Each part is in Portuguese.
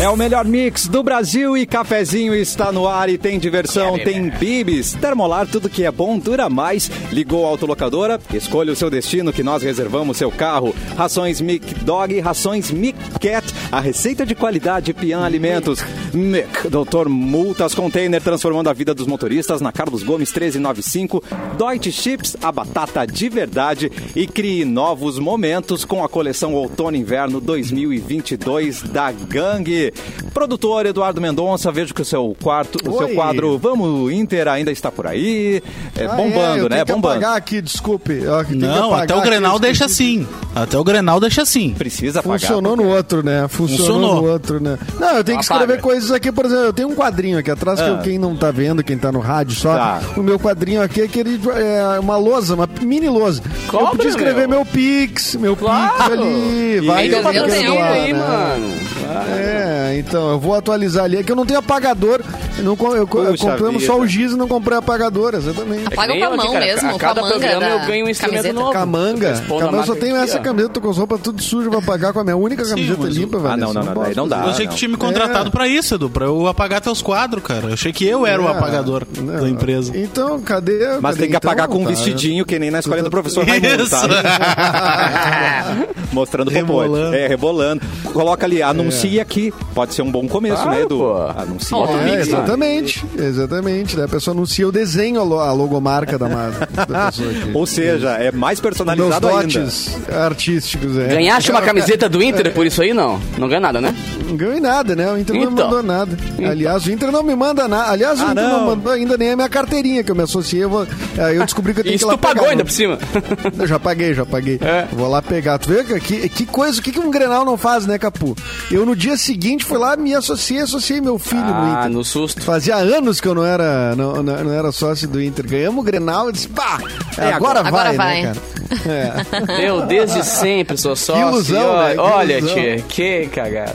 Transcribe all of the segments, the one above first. É o melhor mix do Brasil e cafezinho está no ar e tem diversão, tem bibis, termolar, tudo que é bom dura mais. Ligou a autolocadora, escolha o seu destino que nós reservamos seu carro. Rações Mic Dog, rações Mic Cat, a receita de qualidade Pian Alimentos. Mic, Doutor Multas Container, transformando a vida dos motoristas na Carlos Gomes 1395. Deutsche Chips, a batata de verdade e crie novos momentos com a coleção Outono e Inverno 2022 da Gangue. Produtor Eduardo Mendonça, vejo que o seu quarto, o seu Oi. quadro Vamos Inter ainda está por aí, é, Ah, bombando, eu né? tenho que Bombando. apagar aqui, desculpe. Eu tenho que Não, apagar até o aqui, Grenal esqueci. deixa assim. Até o Grenal deixa assim. Precisa apagar. Funcionou no outro, né? Funcionou, Funcionou. no outro, né? Não, eu tenho que Apaga. escrever coisas aqui, por exemplo, eu tenho um quadrinho aqui atrás, que Ah. eu- quem não tá vendo, quem tá no rádio só, Tá. o meu quadrinho aqui é aquele, é uma lousa, uma mini lousa. eu Cobra, podia escrever meu. meu, pix, meu pix ali, vai Ainda vai tem ficando dinheiro lá, aí, né? mano. É, então, eu vou atualizar ali. É que eu não tenho apagador, eu, não, co- eu, co- eu Puxa compramos vida. só o giz e não comprei apagador, exatamente. É que Paga nem com a eu mão cara. mesmo, A cada com a manga programa da eu ganho um instrumento camiseta. novo. Camanga, Respondo a camanga eu só marca tenho aqui, essa ó. camisa, tô com as roupas tudo suja pra pagar com a minha única camiseta mas o- limpa, velho. Ah, não, não, não, daí não dá. eu achei que não. tinha me contratado pra isso, Edu, pra eu apagar teus quadros, cara. Eu achei que eu era o É, Um apagador não. da empresa. Então, cadê? Mas cadê? tem que Então, apagar com um tá. vestidinho, que nem na escolinha do professor Raimundo, Isso. tá? Mostrando popote. Rebolando. É, rebolando. Coloca ali, anuncia aqui. Pode ser um bom começo, Claro, né, Edu? pô. Anuncia. Bota É, Mix, né? exatamente, exatamente. Daí a pessoa anuncia o desenho, a lo- a logomarca da, ma- da pessoa aqui. Ou seja, é mais Meus personalizado ainda. dotes artísticos, é. Ganhaste uma camiseta do Inter por isso aí, não? Não ganha nada, né? Não ganhei nada, né? O Inter não me Então. mandou nada. Aliás, o Inter não me manda nada. Aliás, o Ah, Inter não. não. mandou ainda nem a minha carteirinha que eu me associei. Eu, vou- aí eu descobri que eu tenho que Isso ir lá tu pagou pegar. né? ainda por cima. Eu já paguei, já paguei. É. Vou lá pegar. Tu vê que, que, que coisa, o que, que um Grenal não faz, né, Capu? Eu no dia seguinte fui lá, me associei, associei meu filho no Ah, Inter. no susto. Fazia anos que eu não era, não, não- não era sócio do Inter. Ganhamos o Grenal e disse, pá, É, agora, agora vai, vai. né, cara? Eu desde sempre sou sócio. ilusão, olha, né? Que olha ilusão. tia, que cagada.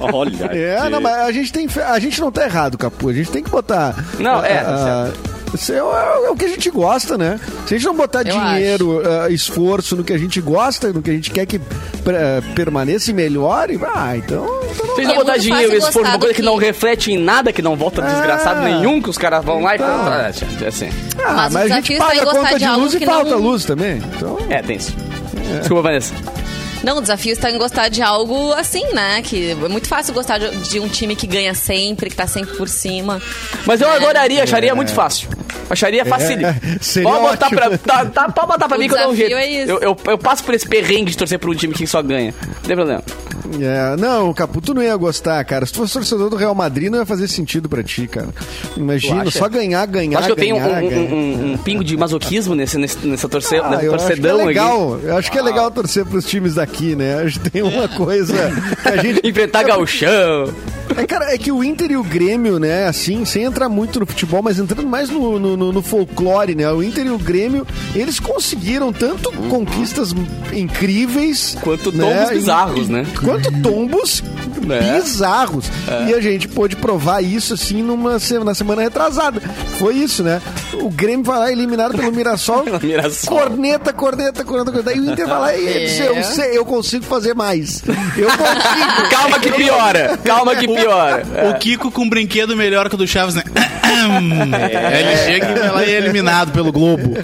Olha. É, é que- não, mas a gente, tem, fe- a gente não tá errado, Capu. A gente tem que botar... Não, é, tá ah, isso é, o- é o que a gente gosta, né? Se a gente não botar Eu dinheiro, ah, esforço no que a gente gosta, no que a gente quer que pra- permaneça e melhore, ah, então... então não Vocês É vão botar muito dinheiro fácil nesse for uma coisa gostar do que que- não reflete em nada, que não volta Ah, desgraçado nenhum, que os caras vão lá e então. falam. "Ah, tia, tia, Assim. Ah, mas, Mas a os gente artistas paga aí a gostar conta de de algo luz e que falta não- é. luz também. Então, É, tem isso. Desculpa, Vanessa. Não, o desafio está em gostar de algo assim, né? Que é muito fácil gostar de, de um time que ganha sempre, que tá sempre por cima. Mas eu adoraria, acharia muito fácil. Acharia facílimo. É. seria pode botar ótimo. pra, tá, tá- pode botar pra O mim que eu dou um desafio jeito. é isso. Eu, eu, eu passo por esse perrengue de torcer pra um time que só ganha. Não tem problema. é, não, Capu, tu não ia gostar, cara. Se tu fosse torcedor do Real Madrid, não ia fazer sentido pra ti, cara. Imagina, só ganhar, ganhar, acho que eu tenho um, ganhar, um- ganhar. um- um pingo de masoquismo nesse, nesse, nessa torce, Ah, nessa eu acho que é né? torcedão aqui. legal. Eu acho que é legal torcer pros times daqui, né? Acho que tem uma coisa que a gente. Enfrentar gauchão. É, cara, é que o Inter e o Grêmio, né, assim, sem entrar muito no futebol, mas entrando mais no, no, no- no folclore, né? O Inter e o Grêmio, eles conseguiram tanto conquistas incríveis. Uhum. Quanto tombos bizarros, né? Quanto tombos Né? É. bizarros. E a gente pôde provar isso, assim, numa, se- na semana retrasada. Foi isso, né? O Grêmio vai lá eliminado pelo Mirassol. Mirassol. É. Corneta, corneta, corneta, corneta. E o Inter vai lá e diz, eu, sei, eu consigo fazer mais. Eu consigo. Calma que piora. Calma que piora. O Kiko com um brinquedo melhor que o do Chaves, né? Ele chega e vai lá e é eliminado pelo Globo.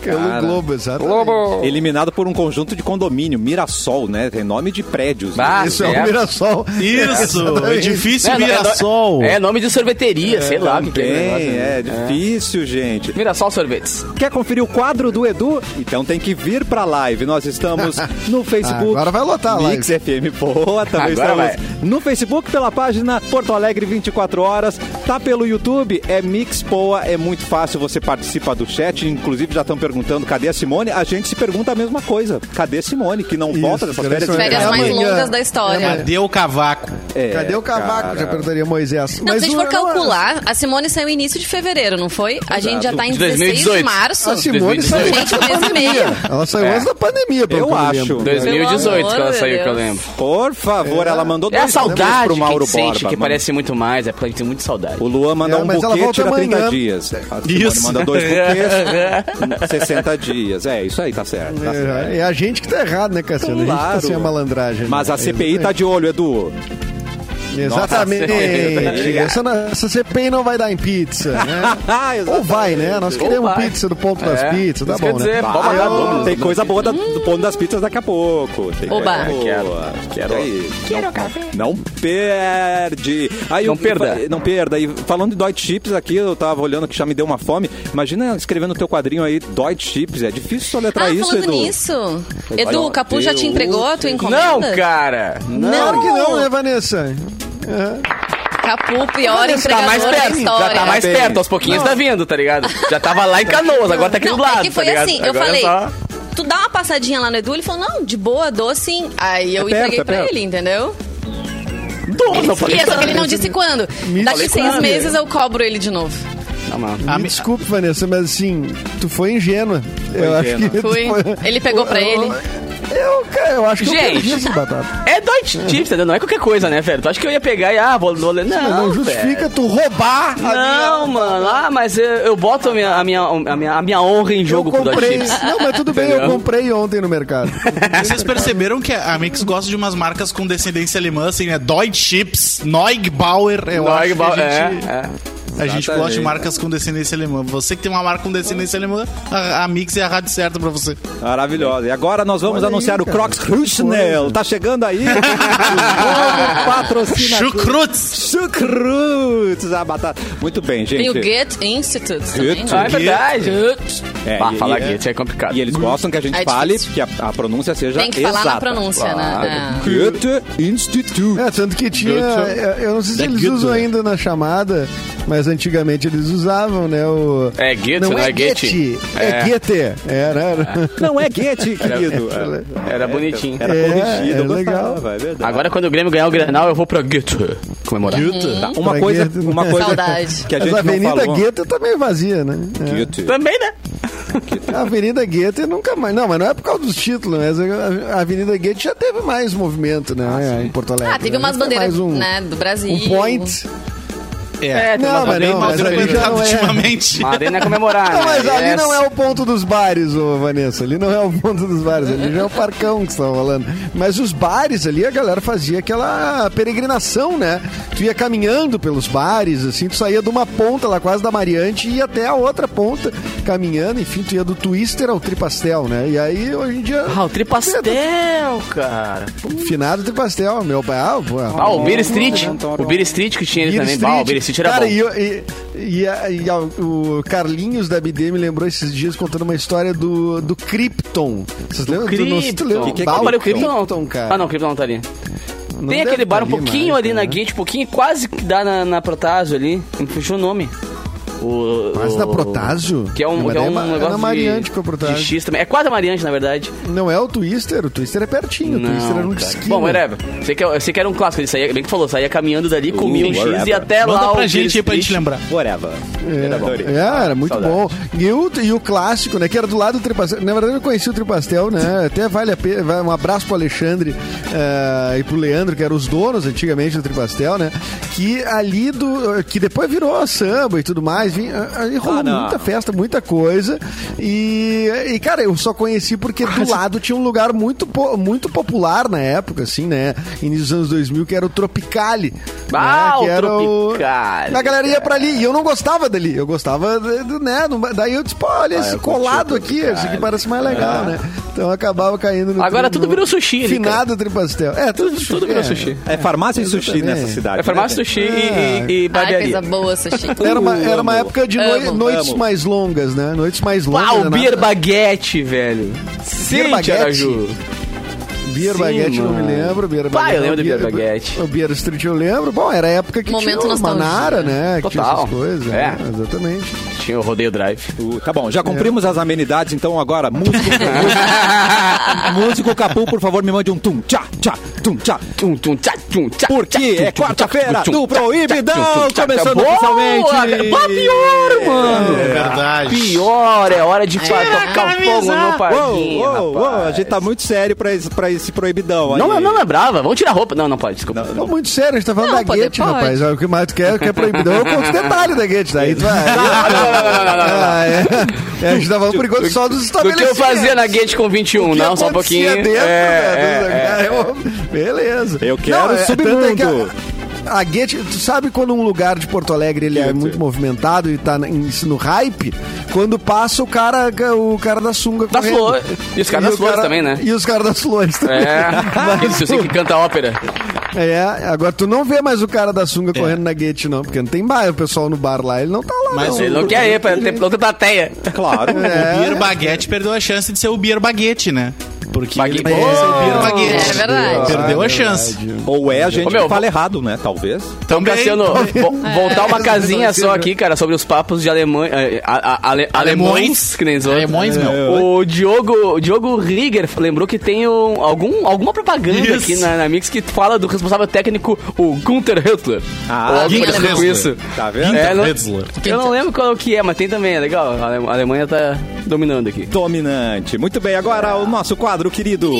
Pelo Globo, exatamente. Eliminado por um conjunto de condomínio, Mirassol, né? Tem nome de prédios. né? Ah, Isso é o certo. Mirassol. Isso, edifício É, não, é Mirassol. É nome de sorveteria, sei lá. o que que é o negócio, Também, né? é difícil, gente. Mirassol Sorvetes. Quer conferir o quadro do Edu? Então tem que vir pra live. Nós estamos no Facebook. Agora vai lotar a Mix FM Boa, também Agora estamos no Facebook pela página Porto Alegre 24 horas. Tá pelo YouTube, é Mix Poa, é muito fácil, você participa do chat. Inclusive já estão perguntando, cadê a Simone? A gente se pergunta a mesma coisa. Cadê a Simone, que não Isso, volta dessas cadê a férias? Simone? Férias É mais amanhã. longas da história. Cadê o cavaco? É, Cadê o cavaco? cara. Já perguntaria Moisés. Não, se a gente o- for calcular, a Simone saiu início de fevereiro, não foi? A gente já tá em De 16 de 2018. março. A Simone saiu antes Gente, da um mês e meio. pandemia. Ela saiu antes da pandemia, pelo Eu que acho. lembro. 2018 que amor ela de saiu, que eu Deus. lembro. Por favor, ela mandou É a dois números saudade pro Mauro que a gente sente, Borba, que mano. parece muito mais, é porque a gente tem muita saudade. O Luan manda É, um mas ela buquê, volta tira 30 amanhã. É. dias. A Simone Isso. manda dois É. buquês, 60 dias. É, isso aí, tá certo. tá certo. É, é a gente que tá errado, né, Cassiano? A gente que tá Claro. sem a malandragem. Mas né? a CPI tá de olho, Edu. Exatamente. essa, na- essa CPI não vai dar em pizza, né? Ah, Ou vai, né? Nós queremos vai. pizza do ponto das É, pizzas, tá isso quer bom, né? dizer, Bah, pode Ah, matar eu- Domino's. tem coisa boa da- do ponto das pizzas daqui a pouco. Tem coisa boa. Oba. Ah, é Quero, quero. Isso aí. não, não perde. Aí Não eu- perda. Não perda. E falando de Deutsche Chips aqui, eu tava olhando que já me deu uma fome. Imagina escrevendo no teu quadrinho aí Deutsche Chips. É difícil soletrar Ah, isso, falando Edu. nisso. Edu, o Capu já te entregou a tua encomenda? Não, cara. Não, claro que não, né, Vanessa? Capu, pior Vanessa, Tá entregador mais da perto, história. já tá mais Bem. perto, aos pouquinhos tá vindo, tá ligado? Já tava lá em Canoas, agora tá aqui não, do lado, é que foi tá ligado? assim, eu Agora é falei, só- tu dá uma passadinha lá no Edu, ele falou, não, de boa, dou sim. Aí eu É perto, entreguei é pra perto. ele, entendeu? Nossa, eu E falei, é só que ele não disse quando. Me Daqui falei seis quando. meses eu cobro ele de novo. Não, mano. A Me mi- desculpe, Vanessa, mas assim, tu foi ingênua. eu ingênua. acho que. tu Fui. foi- Ele pegou pra ele. Eu, cara, eu acho que eu Gente. perdi essa batata. É Deutsche Chips, entendeu? Não é qualquer coisa, né, velho? Tu acha que eu ia pegar e, ah, vou... vou ler- não, Não, justifica tu roubar a Não, minha... mano. Ah, mas eu, eu boto a minha, a, minha, a, minha, a minha honra em Eu jogo com Dodge comprei. Chips. Não, mas tudo bem, eu Entendeu? comprei ontem no mercado. Vocês perceberam que a Mix gosta de umas marcas com descendência alemã, assim, né? Deutsche Chips, Neugbauer, eu acho que Neugbauer, a é, gente... é. A gente Exatamente. gosta de marcas com descendência alemã. Você que tem uma marca com descendência alemã, a, a Mix é a rádio certa pra você. Maravilhosa. E agora nós vamos Olha aí, anunciar o cara. Crocs Que Rushnell. coisa. Tá chegando aí. o novo patrocinador. Chucrutz! Chucrutes. A batata. Muito bem, gente. Tem o Goethe Institute também. Goethe. Ah, é né? verdade. É, Bah, e- falar e- Goethe é complicado. E eles gostam que a gente É fale, difícil. que a, a pronúncia seja Tem que falar exata. na pronúncia, né? É. Goethe Institute. É, tanto que tinha. é, Eu não sei se Da eles Goethe. usam ainda na chamada, mas antigamente eles usavam, né? O... É Goethe, não não é é Goethe. Goethe. É né? É. Goethe. Era. era. Não é Goethe, querido. É, Era É bonitinho. Era É, corrigido, é eu gostava, legal. é verdade. Agora, quando o Grêmio ganhar o Grenal, eu vou pra Goethe comemorar. Tá, uma Pra coisa, Goethe, uma né? coisa Saudade. que a gente Mas a não Avenida falou. Goethe tá meio vazia, né? É. Goethe. Também, né? A Avenida Guetta nunca mais. Não, mas não é por causa dos títulos, mas a a Avenida Guetta já teve mais movimento, né? em Porto Alegre. Ah, teve né? umas Foi bandeiras mais um, né, do Brasil. um point. É. tem Não, umas mas bem não, mais mas ali frequentadas. já não é. ultimamente. Uma arena é comemorar. Não, mas né? ali Yes. não é o ponto dos bares, ô Vanessa. Ali não é o ponto dos bares, ali já é o parcão que você tava falando. Mas os bares ali, a galera fazia aquela peregrinação, né? Tu ia caminhando pelos bares, assim, tu saía de uma ponta lá, quase da Mariante, e ia até a outra ponta, caminhando, enfim, tu ia do Twister ao Tripastel, né? E aí, hoje em dia. Ah, o Tripastel, cara. Finado Tripastel, meu pai. Ah, pô. Ah, o Beer Street. O Beer Street que tinha ele Beer também. Street. Bah, o Beer Street era Cara, bom. e, eu- e- e a- e a- o Carlinhos da BD me lembrou esses dias contando uma história do, do Krypton. Vocês lembram? do Krypton. Que que é bah, Krypton? Olha, o Krypton não. cara. Ah, não, o Krypton não tá ali. Não Tem deve aquele bar tá um pouquinho mais, ali na né? Gate, um pouquinho, quase que dá na, na Protásio ali. Me fugiu o nome. O, Mas o- na Protásio? Que é um, Mas que é daí um é ma- é negócio na Mariante que é o de, Protásio. de X também. É quase a Mariante, na verdade. Não é o Twister? O Twister é pertinho. o Twister era um cara. esquina. Bom, whatever. Sei que, eu sei que era um clássico. Ele saía, bem que falou, saía caminhando dali, comia um X whatever. e até lá Manda o pra Beer gente aí pra Street. gente lembrar. Whatever. Era bom. É, era muito bom. E o, e o clássico, né? Que era do lado do Tripastel. Na verdade, eu conheci o Tripastel, né? Até vale a pena. vai- Um abraço pro Alexandre eh, e pro Leandro, que eram os donos antigamente do Tripastel, né? Que ali do. Que depois virou samba e tudo mais. vim- Aí rolou Ah, não. muita festa, muita coisa. E, e, cara, eu só conheci porque do lado tinha um lugar muito, po- muito popular na época, assim, né? Início dos anos 2000, que era o Tropicali. Ah, né? o que era Tropicali, A galera ia pra ali e eu não gostava dali. Eu gostava, de- do- né? do- Daí eu disse, pô, olha esse colado aqui, esse aqui parece mais legal, né? Então eu acabava caindo no. Agora tudo no virou sushi ali, Finado Tripastel. É, tudo, Tudo, tudo virou é. sushi. É farmácia e sushi Exatamente. nessa cidade. É farmácia, né, gente? sushi e, e, e Ai, coisa barbearia. boa, sushi. Era uma, era uma amo. época de Amo, noi- noites amo. mais longas, né? Noites mais longas. Ah, o né? Beer Baguete, velho. Sim, Baguete? Araju. Beer Sim, Baguete, não me mano. lembro. Beer Pá, eu Baguete- lembro do Beer Baguete. O Beer Street eu lembro. Bom, era a época que Momento tinha o nostalgia. Manara, né? Que tinha Total. essas coisas. É. né? Exatamente. Tinha o Rodeio Drive. Uh, Tá bom, já cumprimos as amenidades, então agora, músico. músico Capu, por favor, me mande um tum, tchá, tchá, tum, tchá. Tum, tum, tchá, tum, tchá, Porque tchá, tum, é tchá, quarta-feira do tchá, tum, tchá, tchá, Proibidão, tum, tchá, tchá. começando Boa, oficialmente. cara. Pá, pior, mano. É verdade. Pior, é hora de fa- Tira a tocar o fogo no parquinho, Uou, uou, uou, a rapaz. gente tá muito sério pra esse, pra esse proibidão aí. Não, não, não é brava. Vamos tirar a roupa. Não, não pode, desculpa. Não, muito sério, a gente tá falando Não, da pode- Guete, pode. rapaz. O que mais tu quer, que é proibidão. Eu conto os detalhes da Guete, daí tu vai. Ah, é. É, a gente tava falando por enquanto só dos Do que eu estabelecimentos. fazia na Gate com 21, não, só um pouquinho. Dentro, É, né, é, dos- Beleza. é, Eu quero tanto submundo. que a- a Goethe, tu sabe quando um lugar de Porto Alegre ele é Goethe. muito movimentado e tá na- em- no hype? Quando passa o cara, o cara da sunga Da correndo. flor. E os caras E das flores cara- também, né? E os caras das flores também. É, aquele tiozinho que canta ópera. É, agora tu não vê mais o cara da sunga É. correndo na Goethe, não, porque não tem bar, o pessoal no bar lá, ele não tá lá, Mas não. Ele não é quer ir pra ter pouca plateia. É Claro. né? É. O Beer Baguette perdeu a chance de ser o Beer Baguette, né? Porque ele Baguete. podia ser o Beer É Baguette. verdade. Perdeu a verdade. chance. Ou é a gente Ô, meu, que fala errado, né? Talvez. Então, Também, Cassiano, vo- voltar uma É. casinha só Não, aqui, cara, sobre os papos de é, alemães. Alemões. alemães, que nem os outros. É, Alemões, É, meu. O Diogo, o Diogo Rieger lembrou que tem um- algum, alguma propaganda Isso. aqui na, na Mix que fala do responsável técnico, o Gunther Hitler. Ah, Ou alguma Gunther coisa com Hitler. isso. Tá vendo? É, não- Hitler. eu não lembro qual que é, mas tem também, é legal. A Ale- a Alemanha tá dominando aqui. Dominante. Muito bem, agora o nosso quadro querido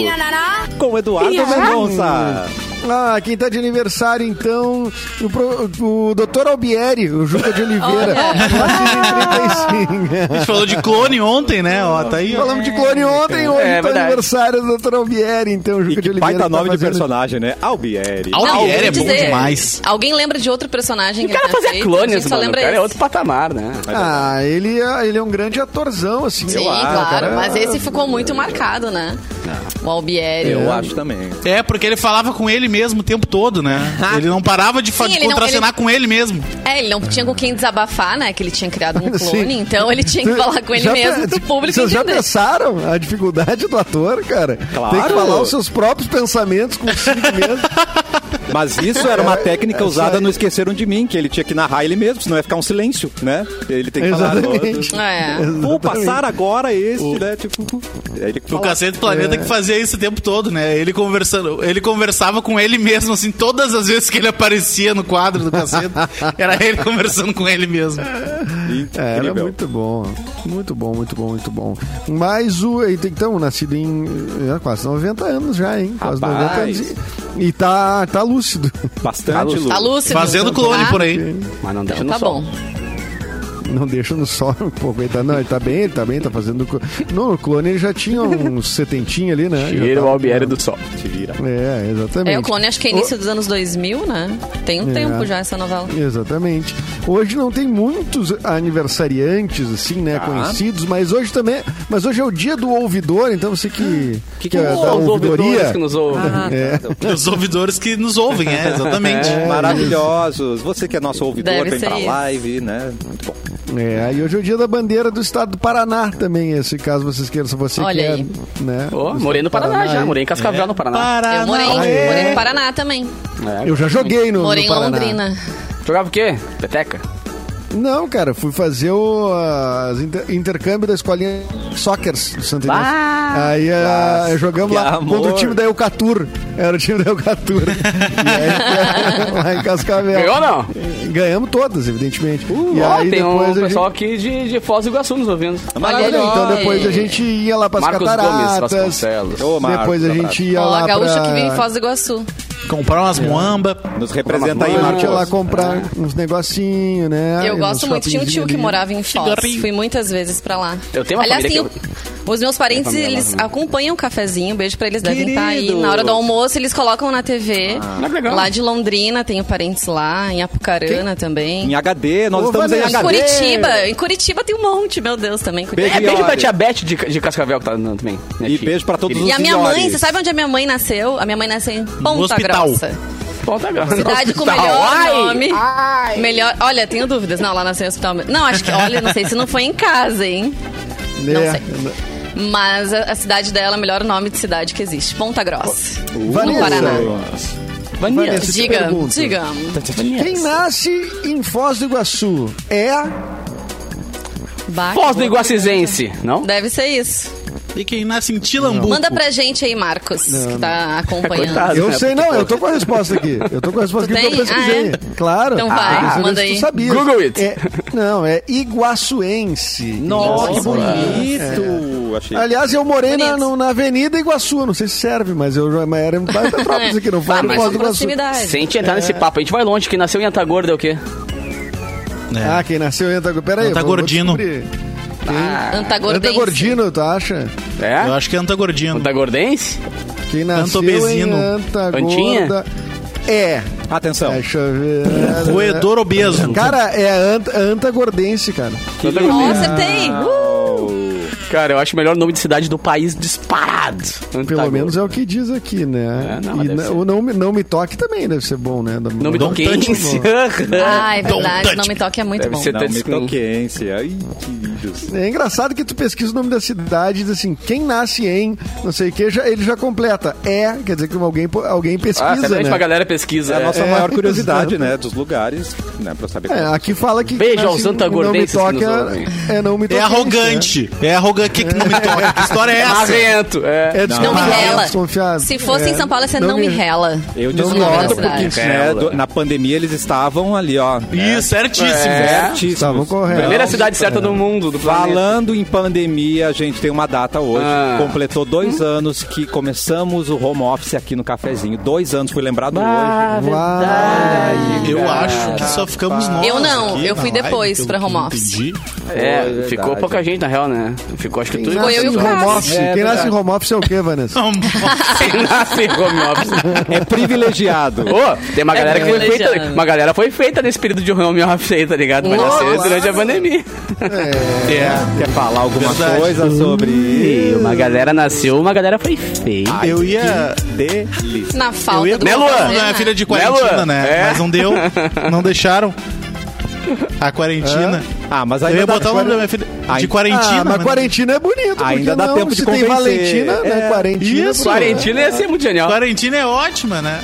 com Eduardo é Mendonça. Ah, quem tá de aniversário, então, o, pro, o Dr. Albieri, o Juca de Oliveira. Nascido em 35. A gente falou de clone ontem, né? Ó, tá aí. ó. assim. Falamos de clone ontem, hoje É, tá verdade. aniversário do Dr. Albieri, então, o E Juca de que Oliveira. baita tá nome de fazendo- personagem, né? Albieri. Al- Não, Pierre vou é bom dizer, demais. Alguém lembra de outro personagem O que cara ele fazia fez? clones, só mano. O lembra cara é esse. outro patamar, né? Ah, ele é, ele é um grande atorzão, assim. Sim, eu acho, claro, cara. Ah. mas esse ficou muito marcado, né? O Albieri. Eu acho também. É, porque ele falava com ele mesmo o tempo todo, né? Ele não parava de, fa- Sim, de ele não- contracenar com ele mesmo. É, ele não tinha com quem desabafar, né? Que ele tinha criado um clone, Sim. então ele tinha que falar com ele Já mesmo pe- pro público Vocês já entender. pensaram a dificuldade do ator, cara? Claro. Tem que falar os seus próprios pensamentos consigo mesmo. Mas isso era uma técnica é usada só- no Esqueceram de Mim, que ele tinha que narrar ele mesmo, senão ia ficar um silêncio, né? Ele tem que Exatamente. falar. É. "Oh, Vou passar agora esse, né? Tipo, ele que O fala. Cacete do Planeta É. que fazia isso o tempo todo, né? Ele conversando, ele conversava com ele mesmo, assim, todas as vezes que ele aparecia no quadro do Cacete, era ele conversando com ele mesmo. É, era Incrível. muito bom. Muito bom, muito bom, muito bom. Mas o. Então, nascido em é, quase 90 anos já, hein? Quase 90 Rapaz. anos. E, e tá, tá lúcido. Bastante luz. Tá lúcido. Fazendo clone tá? por aí. Mas não deixa no Tá sol. bom. Não deixa no sol, pô, coitado. Não, ele tá bem, ele tá bem, tá fazendo. co- Não, o clone ele já tinha uns setentinha ali, né? Já Tira o tava- Albieri do sol. Te vira. É, exatamente. É, o clone acho que é início dos anos 2000, né? Tem um É. tempo já essa novela. Exatamente. Hoje não tem muitos aniversariantes, assim, Tá. né? Conhecidos, mas hoje também. Mas hoje é o dia do ouvidor, então você que. um Que que os ouvidores que nos ouvem? É. Os ouvidores que nos ouvem, é, exatamente. Maravilhosos. Você que é nosso ouvidor, Deve vem ser pra isso. live, né? Muito bom. É, e hoje é o dia da bandeira do estado do Paraná também, esse caso vocês queiram, se você Olha quer, aí. né? Ô, do morei no estado do Paraná, já, aí. morei em Cascavel no Paraná. É. Paraná. Eu morei, é. morei no Paraná também. Eu já joguei no, Morei no em Paraná. Londrina. Jogava o quê? Peteca? Não, cara, fui fazer o as inter- intercâmbio da escolinha Soccer do Santo Inês. aí ah, jogamos que lá amor. contra o time da Eucatur. Era o time da Eucatur. e aí, lá em Cascavel. Ganhou ou não? Ganhamos todas, evidentemente. É. e Ó, aí tem um depois a pessoal gente... aqui de, de Foz do Iguaçu nos ouvindo. Olha aí. então depois a gente ia lá para as Marcos Gomes cataratas. Vasconcelos. Ô, Marcos, um depois a gente ia Ó, lá a gaúcha pra... que vive em Foz do Iguaçu. Comprar É. umas moamba. Nos representa aí, Vamos A gente ia lá Marcos. comprar uns negocinhos, né? Eu gosto Uns muito. Tinha um tio que shoppingzinhos morava em Foz. Cigarrinho. Fui muitas vezes pra lá. Eu tenho uma Aliás, família tem que o- os meus parentes, família lá eles também. acompanham o cafezinho. Beijo pra eles, devem estar aí. Queridos. Na hora do almoço, eles colocam na TV. Ah. é que legal. Lá de Londrina, tenho parentes lá. Em Apucarana também. Em HD, nós Ô, estamos em Vanessa. Em HD. Curitiba. Em Curitiba tem um monte, meu Deus, também. Curitiba. É, Beijo, beijo pra olha. tia Beth de, de Cascavel que tá andando também. minha E tia. beijo pra todos Querida. os E a minha mãe, senhores. você sabe onde a minha mãe nasceu? A minha mãe nasceu em Ponta hospital. Grossa. Bom, tá agora. Cidade com o Hospital. melhor Ai! nome. Melhor. Olha, tenho dúvidas. Não, lá nasceu em hospital. mesmo. Não, acho que. Olha, não sei se não foi em casa, hein? ali, Não né? sei. Mas a, a cidade dela é o melhor nome de cidade que existe. Ponta Grossa. Vanessa. No Paraná. Vanessa. Vanessa. eu te Diga, pergunto. diga. Quem nasce em Foz do Iguaçu é Bah, Foz do Iguacizense, não? Deve ser isso. E quem nasce em Tilambu. Manda pra gente aí, Marcos, que tá acompanhando. Coitado. Eu né? sei, não, eu tô com a resposta aqui. Eu tô com a resposta Tu aqui porque eu tem? pesquisei. Ah, é? Claro. Então vai, Eu queria manda ver se tu aí. Sabia. Google it. É- não, é iguaçuense. Nossa, que É. bonito. Achei. Aliás, eu morei na, Bonito. no- na Avenida Iguaçu, não sei se serve, mas eu já- mas era em Petrópolis aqui, não foi Ah, no mas Foz do com Iguaçu. proximidade. Sem te entrar nesse papo, a gente vai longe. Quem nasceu em Antagorda é o quê? É. Ah, quem nasceu em Antagordino. Pera aí. Anta vou- vou Gordino. descobrir. Ah. Antagordense. Antagordino, tu acha? Ah. Eu É? acho que é Antagordino. Antagordense? Quem nasceu Antobezino. em Antagorda... Antinha? É. Atenção. Deixa eu ver. Roedor obeso. Cara, é a ant, a antagordense, cara. Santa Cruz. Ó, acertei! Oh. Cara, eu acho o melhor nome de cidade do país disparado. Pelo menos é o que diz aqui, né? É, não, mas e deve na- ser. o não, Me- não me toque também deve ser bom, né? Da- Nome do Don't touch Kense. Ah, é touch verdade. Não me toque é muito Deve bom. ser- Não Tantos me com- toquense. Ai, que lindos. É engraçado que tu pesquisa o nome da cidade e diz assim, quem nasce em, não sei o que, já, ele já completa. É, quer dizer que alguém, alguém Ah, pesquisa, certamente né? pra galera pesquisa. É a é. nossa É. maior curiosidade, né? Dos lugares, né? Pra saber É, qual- aqui fala que... Beijo nasce aos em- não me antagonistas que toque, nos ouvem. é, é não me É toque, arrogante. É arrogante. que, que não me toca? Que história é essa? Marrento, é. né? É Não me desconfiado, rela. desconfiado. Se fosse É, em São Paulo, você não me rela. Eu Não discordo, gosto. porque né, do- na pandemia eles estavam ali, ó. né, Isso, certíssimo. É. Estavam certíssimos. corretos. Primeira cidade certa do mundo, do planeta. Falando em pandemia, a gente tem uma data hoje. Ah. Completou dois anos que começamos o home office aqui no cafezinho. Dois anos, fui lembrado Ah. hoje. Uau. Eu acho que só ficamos nós. Eu não, aqui eu fui na live, depois pelo pra que home eu office. entendi. É, Foi, ficou verdade. pouca gente, na real, né? Ficou, acho que tu... Foi eu e o Quem nasce em Cássio. home office, É, Quem nasce verdade. em home office é o quê, Vanessa? Home office. Quem nasce em home office. É privilegiado. Ô, tem uma galera que foi privilegiado. feita... Uma galera foi feita nesse período de home office aí, tá ligado? Vai Nossa. nascer durante a pandemia. É. Quer falar alguma Verdade. coisa sobre E isso? uma galera nasceu, uma galera foi feita. Eu ia. Delícia. Na Eu falta ia do Né, que Luan? fazer, Não, é filha de Luan? quarentena, né? É. Mas não deu. Não deixaram. A quarentena. Ah, mas Eu ainda ia dá- botar o nome da minha filha. Ai. De quarentina. Ah, mas quarentina é bonito, Ainda porque dá não? tempo de Se tem convencer. Valentina, É. né? Quarentina. Isso, pô. Quarentina ia ser muito genial. Quarentina é ótima, né?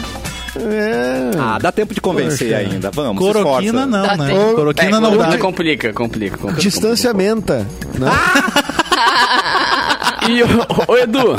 É. Ah, dá tempo de convencer Poxa. ainda. Vamos, se esforça. Coroquina não, Dá né? tempo. Coroquina É, não dá. complica, complica, complica, complica. Distanciamenta. Né? Ah! E, ô, ô, Edu,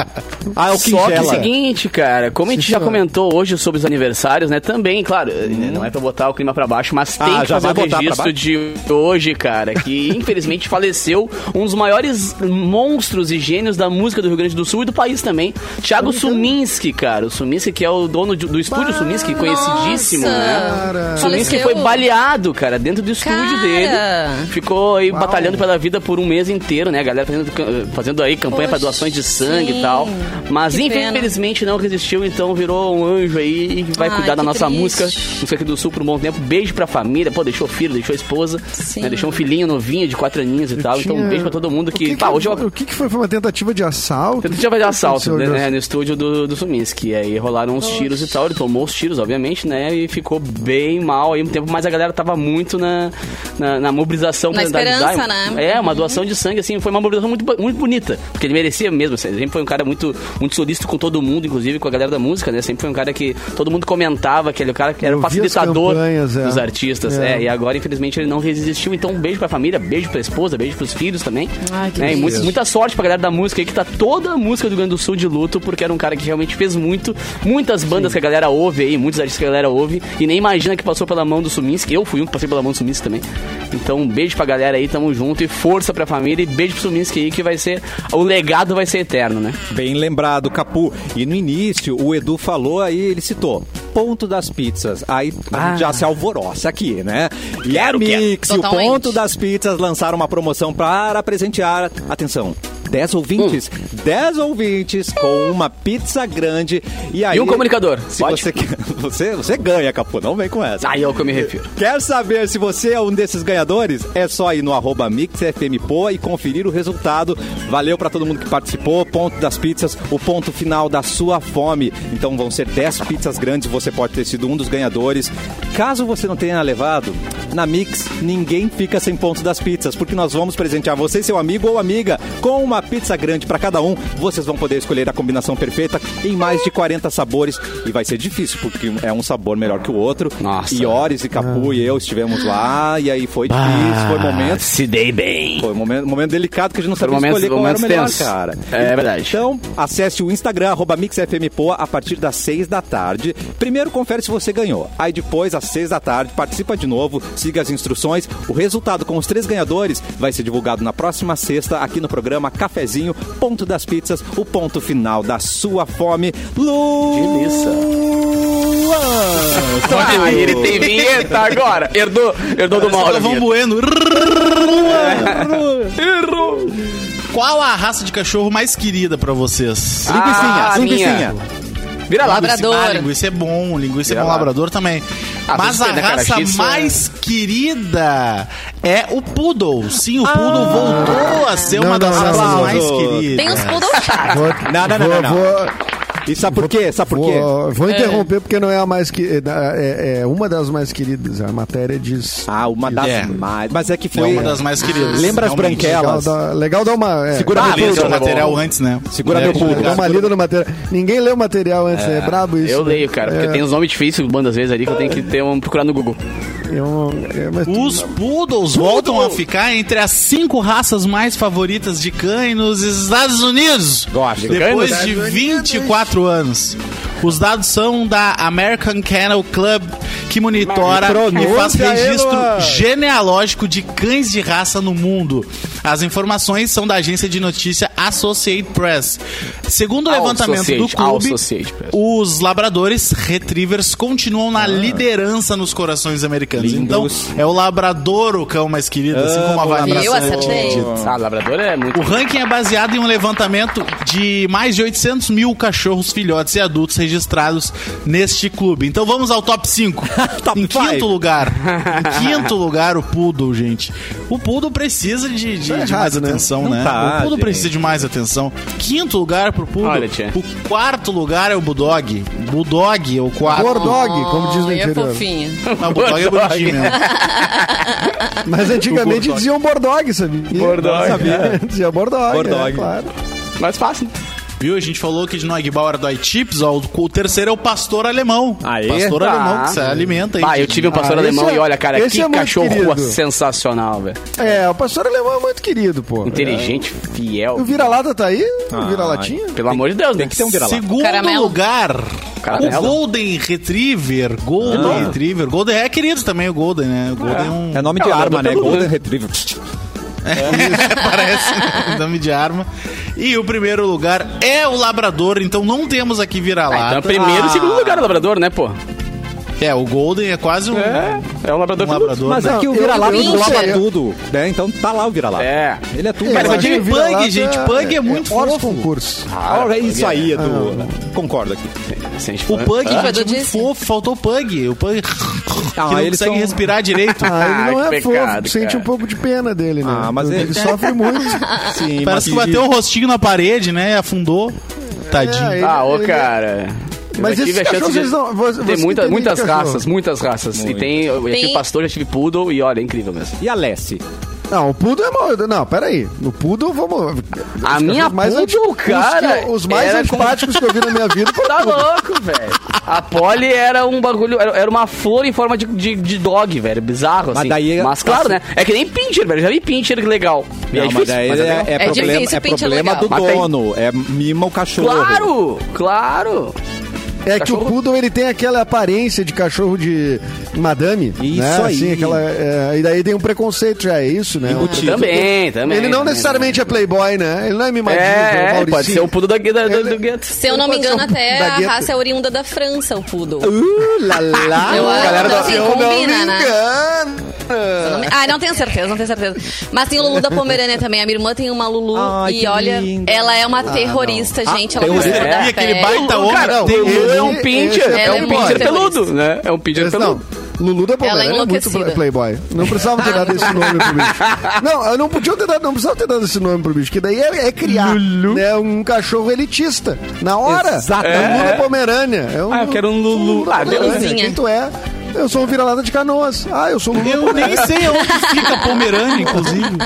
Ah, é o só que é o Quingela. seguinte, cara, como a gente Sim, já senhor. comentou hoje sobre os aniversários, né? Também, claro, não é pra botar o clima pra baixo, mas tem Uhum. Ah, que já fazer vai o botar pra registro baixo? de hoje, cara, que infelizmente faleceu um dos maiores monstros e gênios da música do Rio Grande do Sul e do país também, Thiago Suminski, cara. O Suminski que é o dono de- do estúdio Suminski, conhecidíssimo, né? Nossa, Suminski faleceu. foi baleado, cara, dentro do estúdio Cara. dele. Ficou aí batalhando pela vida por um mês inteiro, né? A galera fazendo, cam- fazendo aí campanha pra Poxa, doações de sangue sim. e tal. Mas Que infelizmente não resistiu, então virou um anjo aí e vai Ai, cuidar da que nossa triste. música. Música aqui do Sul por um bom tempo. Beijo pra família. Pô, deixou filho, deixou esposa. Sim. né? Deixou um filhinho novinho de quatro aninhos e tal. Então um Tinha- beijo pra todo mundo O que. que pá, hoje é uma o que, que foi? Foi uma tentativa de assalto? Tentativa de assalto Aconteceu, né, Deus. no estúdio do, do Suminski. Aí rolaram uns tiros e tal. Ele tomou os tiros, obviamente, né? E ficou bem mal aí um tempo, mas a galera tava muito na, na, na mobilização Na tentar ajudar. esperança, né? É, uma doação de sangue, assim, foi uma mobilização muito, bo- muito bonita. Porque ele merecia mesmo, assim, ele sempre foi um cara muito, muito solícito com todo mundo, inclusive com a galera da música, né? Sempre foi um cara que todo mundo comentava que ele é o cara que era Eu o vi as facilitador campanhas, é. dos artistas. É. É. e agora, infelizmente, ele não resistiu. Então, um beijo pra família, beijo pra esposa, beijo pros filhos também. Ai, que né? E lindo. muitos- muita sorte pra galera da música aí, que tá toda a música do Rio Grande do Sul de luto, porque era um cara que realmente fez muito. Muitas bandas que a galera ouve aí, muitos artistas que a galera ouve, e nem imagina que passou pela mão do Suminski. Eu fui um que passei pela mão do Suminski também. Então, um beijo pra galera aí, tamo junto, e força pra família, e beijo pro Suminski aí, que vai ser. O legado vai ser eterno, né? Bem lembrado, Capu. E no início, o Edu falou aí, ele citou. Ponto das pizzas. Aí a Ah. gente já se alvoroça aqui, né? E a Mix e o Totalmente. Ponto das Pizzas lançaram uma promoção para presentear. Atenção. 10 ouvintes, Hum. 10 ouvintes com uma pizza grande e aí E um comunicador. Se Pode? você, quer- você você ganha, Capu, não vem com essa. Aí é o que eu me refiro. Quer saber se você é um desses ganhadores? É só ir no arroba MixFMPoa e conferir o resultado. Valeu pra todo mundo que participou. Ponto das pizzas, o ponto final da sua fome. Então vão ser 10 pizzas grandes, você pode ter sido um dos ganhadores. Caso você não tenha levado, na Mix ninguém fica sem ponto das pizzas, porque nós vamos presentear você, seu amigo ou amiga, com uma pizza grande pra cada um. Vocês vão poder escolher a combinação perfeita em mais de 40 sabores e vai ser difícil, porque é um sabor melhor que o outro. Nossa. E Boris e Capu e eu estivemos lá, e aí foi difícil, foi momento. Ah, Se dei bem. Foi um momento, momento delicado que a gente não sabia momentos- escolher qual era o momentos melhor, tensos. cara. É verdade. Então, acesse o Instagram, arroba MixFMPoa, a partir das seis da tarde. Primeiro, confere se você ganhou. Aí depois, às seis da tarde, participa de novo, siga as instruções. O resultado com os três ganhadores vai ser divulgado na próxima sexta, aqui no programa Cafezinho, Ponto das Pizzas, o ponto final da sua fome. Lu... Delícia. Luan! Então, Aí ele tem vinheta agora. Herdou, herdou do Mauro. a Galvão vinheta. Bueno. Qual a raça de cachorro mais querida pra vocês? Ah, Linguicinha, minha. linguicinha. Vira lá, Labrador. Ah, linguiça é bom, linguiça é Vira bom, lá. labrador também. Ah, Mas a vocês têm na raça Caraxi, isso é- mais querida é o poodle. Sim, o poodle voltou a ser Não, uma não, das não, raças não, mais não. queridas. Tem uns poodle chato. Vou, Não, não, não, não, vou- não. vou- E sabe por quê? Sabe por quê? Vou, vou interromper porque não é a mais que é, é uma das mais queridas. A matéria diz. Ah, uma das É. mais. Mas é que É foi. uma das mais queridas. Lembra as realmente. branquelas? legal, dar, legal dar uma. é, Segura Ah, meu lê pulo. o material antes, né? Segura meu pulo. Dá uma lida no material. Ninguém lê o material antes, né? É brabo isso. Eu né? leio, cara, porque É, tem uns nomes difíceis, bandas vezes ali, que eu tenho que ter um, procurar no Google. é um- é, mas tu- Os poodles voltam a ficar entre as cinco raças mais favoritas de cães nos Estados Unidos. Gosto. Depois Cães? de 24 anos. Os dados são da American Kennel Club, que monitora e faz Pronúncia, registro Eloy. genealógico de cães de raça no mundo. As informações são da agência de notícia Associated Press. Segundo o levantamento do Associated, clube, Associated Press. os labradores retrievers continuam na liderança nos corações americanos. Lindos. Então, é o labrador o cão mais querido, assim como a Amo vara Eu braçante acertei. querida. Ah, Labrador é muito. O ranking é baseado em um levantamento de mais de 800 mil cachorros, filhotes e adultos registrados neste clube. Então vamos ao top 5. Top em quinto five. lugar. Em quinto lugar, o Poodle, gente. O Poodle precisa de, Tá de- de mais errado, né? atenção, Não né? tá, o Poodle gente. precisa de mais atenção. Quinto lugar pro Poodle. Olha, tia. o quarto lugar é o Bulldog. Bulldog é o quarto. Gordog, como diz no Ai, é interior. fofinho. Não, Bulldog é bonitinho mesmo. Mas antigamente diziam Bordog, sabia? Bordog. é. Sabia? Dizia Bordog. Bordog. É, claro. Mais fácil. Viu? A gente falou que de Neugbauer dói chips, ó, o o terceiro é o pastor alemão. Aê. pastor Tá. alemão que se alimenta aí. Ah, eu tive um pastor Ah, alemão esse é- e olha, cara, esse que é muito cachorro querido. rua sensacional, velho. É, o pastor alemão é muito querido, pô. Inteligente, É. O fiel. vira-lata tá aí? Ah, O vira-latinha? Pelo amor de Deus, né? Tem que ter um vira-lata. Segundo Caramelo. lugar, Caramelo. o Golden Retriever. Golden Retriever. Golden é querido também, o Golden, né? O Golden é, um. É nome É, de o arma, labrador né? pelo Golden branco. Retriever. Parece né? nome de arma. E o primeiro lugar é o Labrador, então não temos aqui Ah, vira-lata. então, primeiro e segundo lugar o Labrador, né, pô? É, o Golden é quase um. É, é um Labrador. Um labrador. Mas é Não, que o eu- vira-lata eu não engloba sei. tudo, né? Então tá lá o vira-lata. É. Ele é tudo. Mas Eu eu acho tive que o Pug, vira-lata gente, Pug é muito hora de fofo. concurso. Ah, é isso aí, Edu. Concordo aqui. O Pug, Ah, gente, é eu muito disse. fofo, faltou o Pug. O Pug que não eles consegue são- respirar direito. Ah, Ah, ele não que é pecado, fofo, sente cara. um pouco de pena dele, né? Ah, mas ele, ele- sofre muito. Sim, Parece que bateu o rostinho na parede, né? Afundou. Tadinho. É, ele- Ah, ô, ele- cara. Mas esses eu tive a chance cachorros, de... eles não- você- você Tem que muita- tem muitas muito cachorro. raças, muitas raças. E tem. Eu já Tem- tive pastor, já tive poodle e olha, é incrível mesmo. E a Lessie? Não, o Poodle é mal. Não, peraí. No Poodle, vamos. A os minha cachorros Poodle, anti- os que- cara, Os, mais era com- antipáticos que eu vi na minha vida. foi Tá Poodle. louco, velho. A Polly era um bagulho, era, era uma flor em forma de, de, de dog, velho. Bizarro, Mas assim. daí- Mas claro, né? É que nem pincher, velho. Já vi pincher legal. E é Não, mas difícil, daí mas é é, legal. é É problema, difícil, é pente é problema legal. do Mas tem- dono. É mima o cachorro. Claro, claro. É que o Cachorro- poodle ele tem aquela aparência de cachorro de madame, Isso né? aí. Assim, aquela, é, e daí tem um preconceito já, é isso, né? Embutido. Também, também. Ele não também. necessariamente é playboy, né? Ele não é mimadinho, é, É, é, Mauricinho. pode ser o pulo da, da, da, do gueto. Se eu não me Pode ser engano, um até da a gueto. raça é oriunda da França, o poodle. Uh, lá, lá. Eu acho Galera que da- assim, Eu não me combina, né? engano. Eu não me- Ah, não tenho certeza, não tenho certeza. Mas tem o Lulu da Pomerânia também. A minha irmã tem uma Lulu Ai, que e olha, linda. ela é uma terrorista, gente. Ela terrorista. gosta da E aquele pele. baita Ô, tá homem, cara, É, o tem- Lulu é um esse- pincher, esse é um é pincher muito peludo, né? É um pincher Esse Não, peludo. Lulu da Palmeira Ela é é muito enlouquecida. playboy. Não precisava ter dado esse nome pro bicho. Não, eu não podia ter dado, não precisava ter dado esse nome pro bicho, que daí é, é criar né, um cachorro elitista. Na hora, Exato. é um Lulu É. da Pomerânia. É um, Ah, eu quero um Lulu. da Ah, Pomerânia. belezinha. Quem tu é? Eu sou um vira-lata de canoas. Ah, eu sou o Lulu da Eu nem sei onde fica a Pomerânia, inclusive.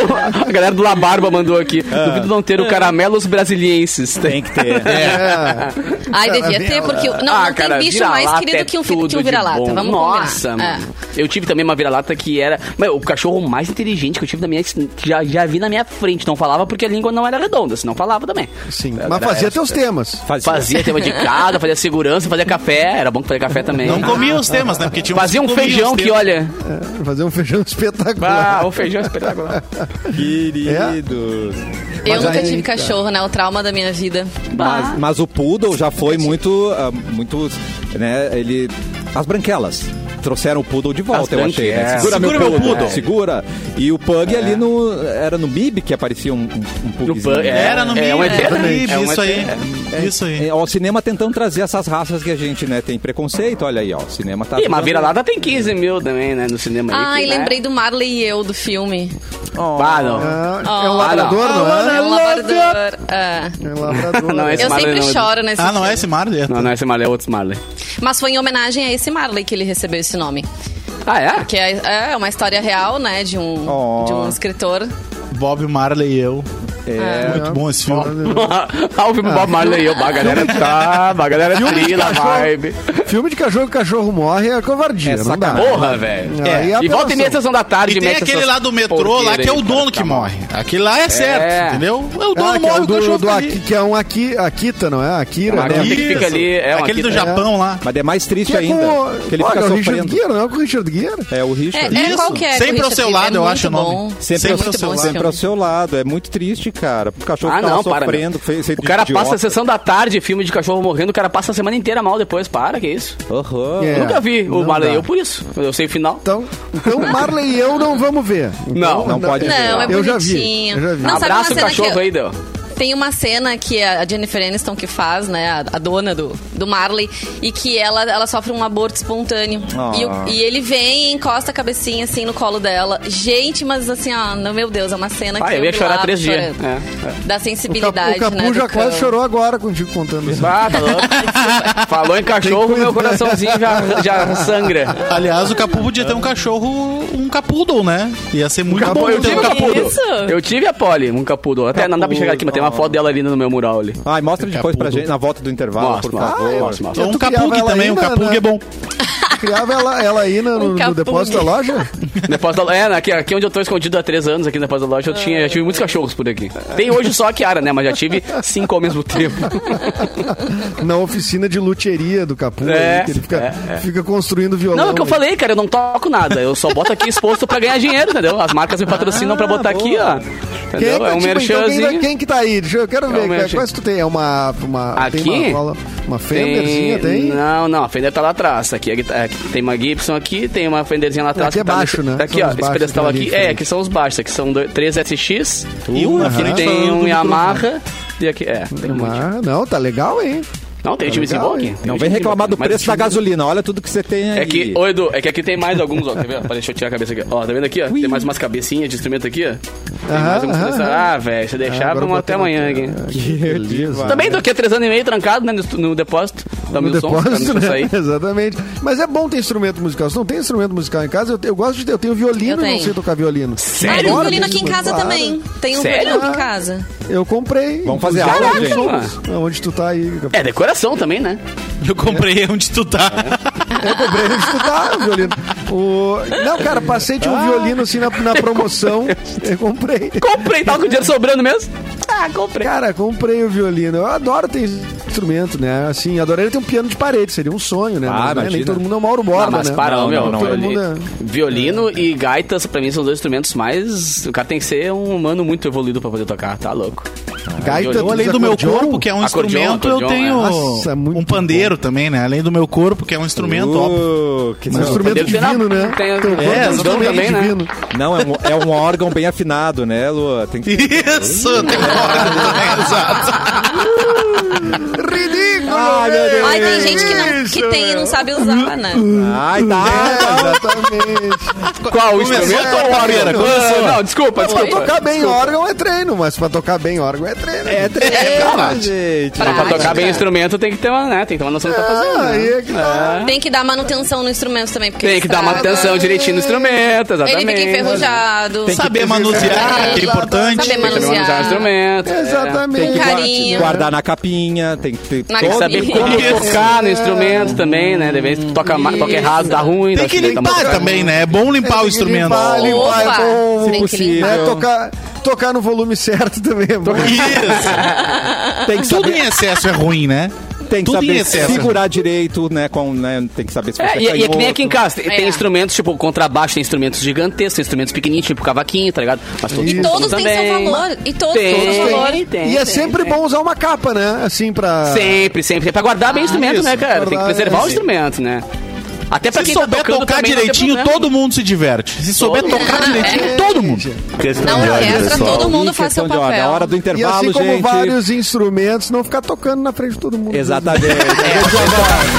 a galera do La Barba mandou aqui. Duvido não ter o caramelos brasilienses. Tem que ter. né? É. É, Ai, devia Cara, ter, porque. Não, não tem bicho Ah, vira-lata mais querido é que um, fi- tudo que um de vira-lata. bom. Vamos Nossa, combinar. É. mano. Eu tive também uma vira-lata que era. Meu, o cachorro mais inteligente que eu tive na minha. que Já, já vi na minha frente. Não falava porque a língua não era redonda, senão falava também. Sim, mas fazia teus temas. Fazia tema de casa, fazia segurança, fazia café. Era bom que fazia café também. Não comia os temas, né? Porque tinha uns Fazia um que comiam feijão os que, temas. olha. É, Fazia um feijão espetacular. Ah, um feijão espetacular. Queridos. Eu nunca aí, tive cara. cachorro, né? O trauma da minha vida. Mas, mas o Poodle já foi muito. ah, muito né, ele. As branquelas. trouxeram o Poodle de volta, eu Bastante, achei. né? Segura, Segura meu meu Poodle. Poodle. Segura. E o Pug ali no... Era no Bib que aparecia um, um, um É. No pugzinho, Pug, né? Era no É, é meio, um era no eterno- meio, é um isso aí. É, Isso aí. É, ó, o cinema tentando trazer essas raças que a gente, né, tem preconceito. Olha aí, ó. O cinema tá. Ih, mas vira-lata tem 15 mil também, né? No cinema. aí, Ai, que, né? lembrei do Marley e eu do filme. Ah, não. Ah, é um Oh. labrador, Ah, não é? É um labrador. É. É um labrador. Não, é. esse- Eu Marley sempre não é do- choro nesse Ah, não é filme. esse Marley? Não, não, esse Marley é outro Marley. Mas foi em homenagem a esse Marley que ele recebeu esse nome. Ah, é? Que é, é uma história real, né? De um, Oh. de um escritor. Bob Marley e eu. É. Muito bom esse filme. ah, o filme Bob Marley e eu. bah, A galera tá. bah, A galera trila, a vibe. Filme de cachorro que cachorro morre é covardia, É não dá. sacanagem. Porra, velho. É, E volta e meia apelação. sessão da tarde. E tem mete aquele essas lá do metrô, lá porqueiras que é aí, o cara, dono que tá mal. morre. Aquele lá é certo, entendeu? É Ah, o dono que é morre, o o cachorro do, do fica Aki- ali. que é um Aki, Akita, não é? Akira, Akira. né? Aquele que fica ali, é um Aquele do Akita. Japão lá. Mas é mais triste Que é ainda. com o- Que ele Olha, fica é o Richard sofrendo. Gere, não é com o Richard Gere. É o É, Richard. é Isso. qualquer. Sempre ao seu lado, eu acho o nome. Sempre, Sempre ao ao seu seu lado. lado. Sempre ao seu lado. É muito triste, cara. O cachorro Ah, ficava não, para. sofrendo. meu. fez- feito o cara de passa a idiota. sessão da tarde, filme de cachorro morrendo, o cara passa a semana inteira mal depois. Para, que isso? Aham. É, Eu nunca vi o não Marley dá. e eu por isso. Eu sei o final. Então, então Marley e eu não vamos ver. Então, Não, não pode ver. Não, é Eu bonitinho. já vi, eu já vi. Não, sabe uma Abraça o cena que cachorro eu- aí, Del. Tem uma cena que a Jennifer Aniston que faz, né? A, a dona do, do Marley. E que ela, ela sofre um aborto espontâneo. Ah. E, o- e ele vem e encosta a cabecinha, assim, no colo dela. Gente, mas assim, ó... Não, meu Deus, é uma cena Ah, que eu ia vi chorar lá três dias. chorando. É, Da O Capu, sensibilidade, o Capu né? do já quase cão. chorou agora contigo contando isso. Ah, tá louco. Falou em cachorro, meu coraçãozinho já, já sangra. Aliás, o Capu podia ter um cachorro, um capoodle, né? Ia ser muito Capu- bom é eu ter tive um um Capu- capudo. Isso. Eu tive a Polly, um capudo. Até não dá pra chegar aqui, mas tem uma foto dela ali no meu mural ali. Ai, mostra depois pra Capudo. gente na volta do intervalo, Mostra, por mostra, favor. mostra, mostra. Ou um Tu criava capug ela também, um ainda, capug né? é bom. Criava ela, ela aí no, Um no- no Capu. depósito da loja? Depósito da- É, aqui, aqui onde eu tô escondido há três anos, aqui no depósito da loja, eu tinha, já tive muitos cachorros por aqui. Tem hoje só a Kiara, né? Mas já tive cinco ao mesmo tempo. Na oficina de luteria do Capu. É, aí, que ele fica, é, fica construindo violão. Não, é o que eu né? falei, cara, eu não toco nada. Eu só boto aqui exposto pra ganhar dinheiro, entendeu? As marcas me patrocinam pra botar aqui, ó. Quem, Entendeu? que- É tipo, um então quem, vai- merchanzinho. um quem que tá aí? Deixa eu, eu quero ver. merchan. Quais tu tem? É uma. uma Tem Aqui? uma, cola- uma Fenderzinha, tem? Não, não, a Fender tá lá atrás. Aqui, aqui, tá- aqui tem uma Gibson aqui, tem uma Fenderzinha lá atrás. Aqui é que tá baixo, né? Aqui, São ó, os esse baixos pedestal que tá ali aqui. em É, frente. aqui são os baixos, aqui são dois, três SX. E um na Aham. frente Tem falando um do Yamaha e aqui. É, tem um monte. Ah, não, tá legal, hein? Não, tem time legal, bom aqui. hein? Tem Não time vem reclamar bom, do Ah, mas preço da time- gasolina. Olha tudo que você tem aí. É que, ô Edu, é que aqui tem mais alguns, ó, quer ver? Pera, Deixa eu tirar a cabeça aqui. Ó, tá vendo aqui, ó? Tem mais umas cabecinhas de instrumento aqui, ó. Tem Aham, mais alguns aham, pedestais. aham. Ah, velho, se deixar, agora vamos botei até amanhã aqui, aqui. Que beleza. Também tô aqui há três anos e meio trancado, né, no, no depósito. Da no Milson, depósito, pra não né? sair. Exatamente. Mas é bom ter instrumento musical. Se não tem instrumento musical em casa, eu, te- eu gosto de ter. Eu tenho violino, Eu eu, não tenho. sei tocar violino. Ah, Sério? tem um Agora, violino aqui em mesmo, casa claro. também. Tem um Sério? violino aqui em casa. Eu comprei. Vamos fazer Inclusive, aula, eu gente. sou- Onde tu tá aí? Ah, É decoração também, né? Eu comprei onde tu tá. Eu comprei onde tu tá, o violino. O... Não, cara, passei de um violino assim na, na promoção. Eu comprei. Comprei, tava com o dinheiro sobrando mesmo. Ah, comprei. Cara, comprei o violino. Eu adoro ter instrumento, né? Assim, adoraria ter um piano de parede. Seria um sonho, né? Ah, Não é- nem imagina. todo mundo é o Mauro Ah, Borba, mas né? para, Não, meu. não, não, todo violi- mundo é- Violino e gaitas, pra mim, são os dois instrumentos mais. O cara tem que ser um humano muito evoluído pra poder tocar, tá louco. Gaita, Eu tu Além diz do meu acordeon? corpo, que é um Acordeon, instrumento, eu acordeon, tenho é. Nossa, muito um pandeiro também, né? Além do meu corpo, que é um instrumento, óbvio. Uh, que Um não, instrumento Deve ter divino, na- né? tem- Teu é, corpo é um exatamente, instrumento também, né? divino. não é, um, é um órgão bem afinado, né, Lua? Tem que... Isso, tem uma hora que tá realizado. Ridículo! Ai, meu Deus. Ai, tem gente que, não, Isso, que tem e não sabe usar, né? Ai, tá. É, Exatamente. Qual Tá, o Começou instrumento a ou o carreira, órgão? começou. Não, desculpa, Pra desculpa. tocar bem órgão é treino, mas pra tocar bem órgão é treino. É treino, gente. Pra- Pra tocar bem Prática. instrumento tem que ter uma, né? Tem que ter uma noção do que tá fazendo. Ah, né? aí é que tá. Tem que dar manutenção no instrumento também, porque Tem ele que dar estraga. manutenção direitinho no instrumento, Ele exatamente. fica enferrujado. Tem que Saber ter- manusear, que é Exato. importante. Tem Saber que saber manusear o instrumento. é. Tem Exatamente. que Com guar- carinho. guardar na capinha, tem que ter Na todo- Tem que saber como Isso. tocar no instrumento também, né? De vez em toca, ma- toca errado, dá ruim. Tem dá- que dá- limpar dá- também, né? É bom limpar Tem o que instrumento. limpar, limpar, Opa! é bom, Tem que possível. né? limpar. Tocar, tocar no volume certo também é bom. Isso. Tem que Tudo saber, em excesso é ruim, né? tem que tudo em saber excesso. segurar direito, né, com, né, tem que saber se você É, e, e é que nem canhoto. aqui em casa. Tem, tem É. instrumentos, tipo, contrabaixo, tem instrumentos gigantescos, tem instrumentos pequenininhos, tipo cavaquinho, tá ligado? Mas todos, E todos têm seu também. valor. E todos Tem. têm seu valor. Tem, tem, e é tem, sempre tem. bom usar uma capa, né? Assim, pra... Sempre, sempre. É pra guardar bem o instrumento, Ah. isso, né, cara? Tem que guardar, preservar é, o sim. instrumento, né? Até pra Se quem tá souber tocando tocar também não tem direitinho, problema. todo mundo se diverte. Se souber Todo tocar mundo. direitinho, É. todo mundo. Questão Na de ordem, orquestra, pessoal. é todo mundo Ih, faz seu questão de ordem. papel. A hora do E intervalo, assim como gente. vários instrumentos, não ficar tocando na frente de todo mundo. Exatamente. É.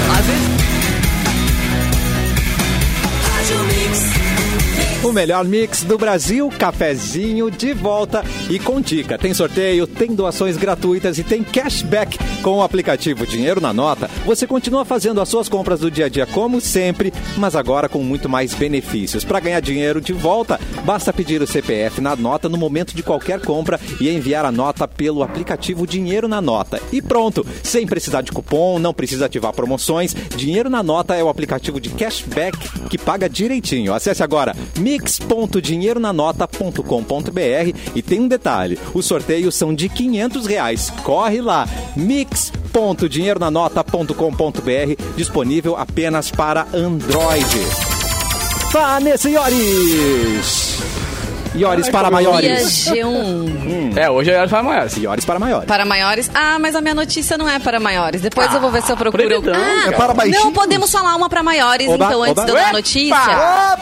O melhor mix do Brasil, cafezinho de volta e com dica. Tem sorteio, tem doações gratuitas e tem cashback com o aplicativo Dinheiro na Nota. Você continua fazendo as suas compras do dia a dia como sempre, mas agora com muito mais benefícios. Para ganhar dinheiro de volta, basta pedir o CPF na nota no momento de qualquer compra e enviar a nota pelo aplicativo Dinheiro na Nota. E pronto, sem precisar de cupom, não precisa ativar promoções. Dinheiro na Nota é o aplicativo de cashback que paga direitinho. Acesse agora mix.dinheironanota.com.br e tem um detalhe, os sorteios são de 500 reais. Corre lá, mix.dinheironanota.com.br, disponível apenas para Android. Vanessa Iores! Iores para maiores. Via G1. É, hoje a hora vai maior. assim. Iores para maiores. Para maiores? Ah, mas a minha notícia não é para maiores. Depois eu vou ver se eu procuro. proibidão, ah, É cara. para baixinhos? Não podemos falar uma para maiores, Oba, então, antes oba. de eu dar a notícia.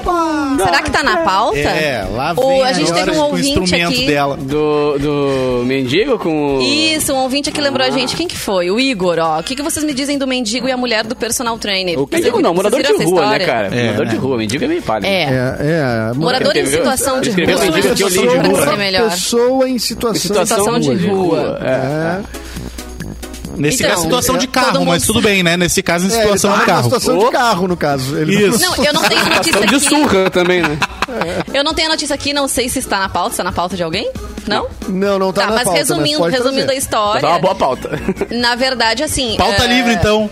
Será que tá na pauta? É, lá vem Ou Tá. a gente agora teve um com o ouvinte instrumento aqui. dela. Do, do mendigo com. o- Isso, um ouvinte aqui Ah. lembrou a gente. Quem que foi? O Igor, ó. O que, que vocês me dizem do mendigo e a mulher do personal trainer? O quê? Vocês- Mendigo é não, vocês morador de viram rua, né, essa história? cara? É, morador né? de rua, mendigo é meio palha. É. É, é. Morador em Escreveu- situação de escreveu rua. mendigo que eu li Pra de rua. ser melhor. Pessoa em situação, Situação de rua. É. Nesse Então, caso, situação de todo carro, mundo- mas tudo bem, né? Nesse caso, É, em situação de carro. tá situação Opa. de carro, no caso. Ele Isso. Não, eu não tenho notícia Então, de aqui. surra também, né? Eu não tenho a notícia aqui, não sei se está na pauta. Está na pauta de alguém? Não? Não, não tá, Tá, na mas pauta, resumindo, pode resumindo a trazer. história. Tá uma boa pauta. Na verdade, assim. Pauta é, livre, então.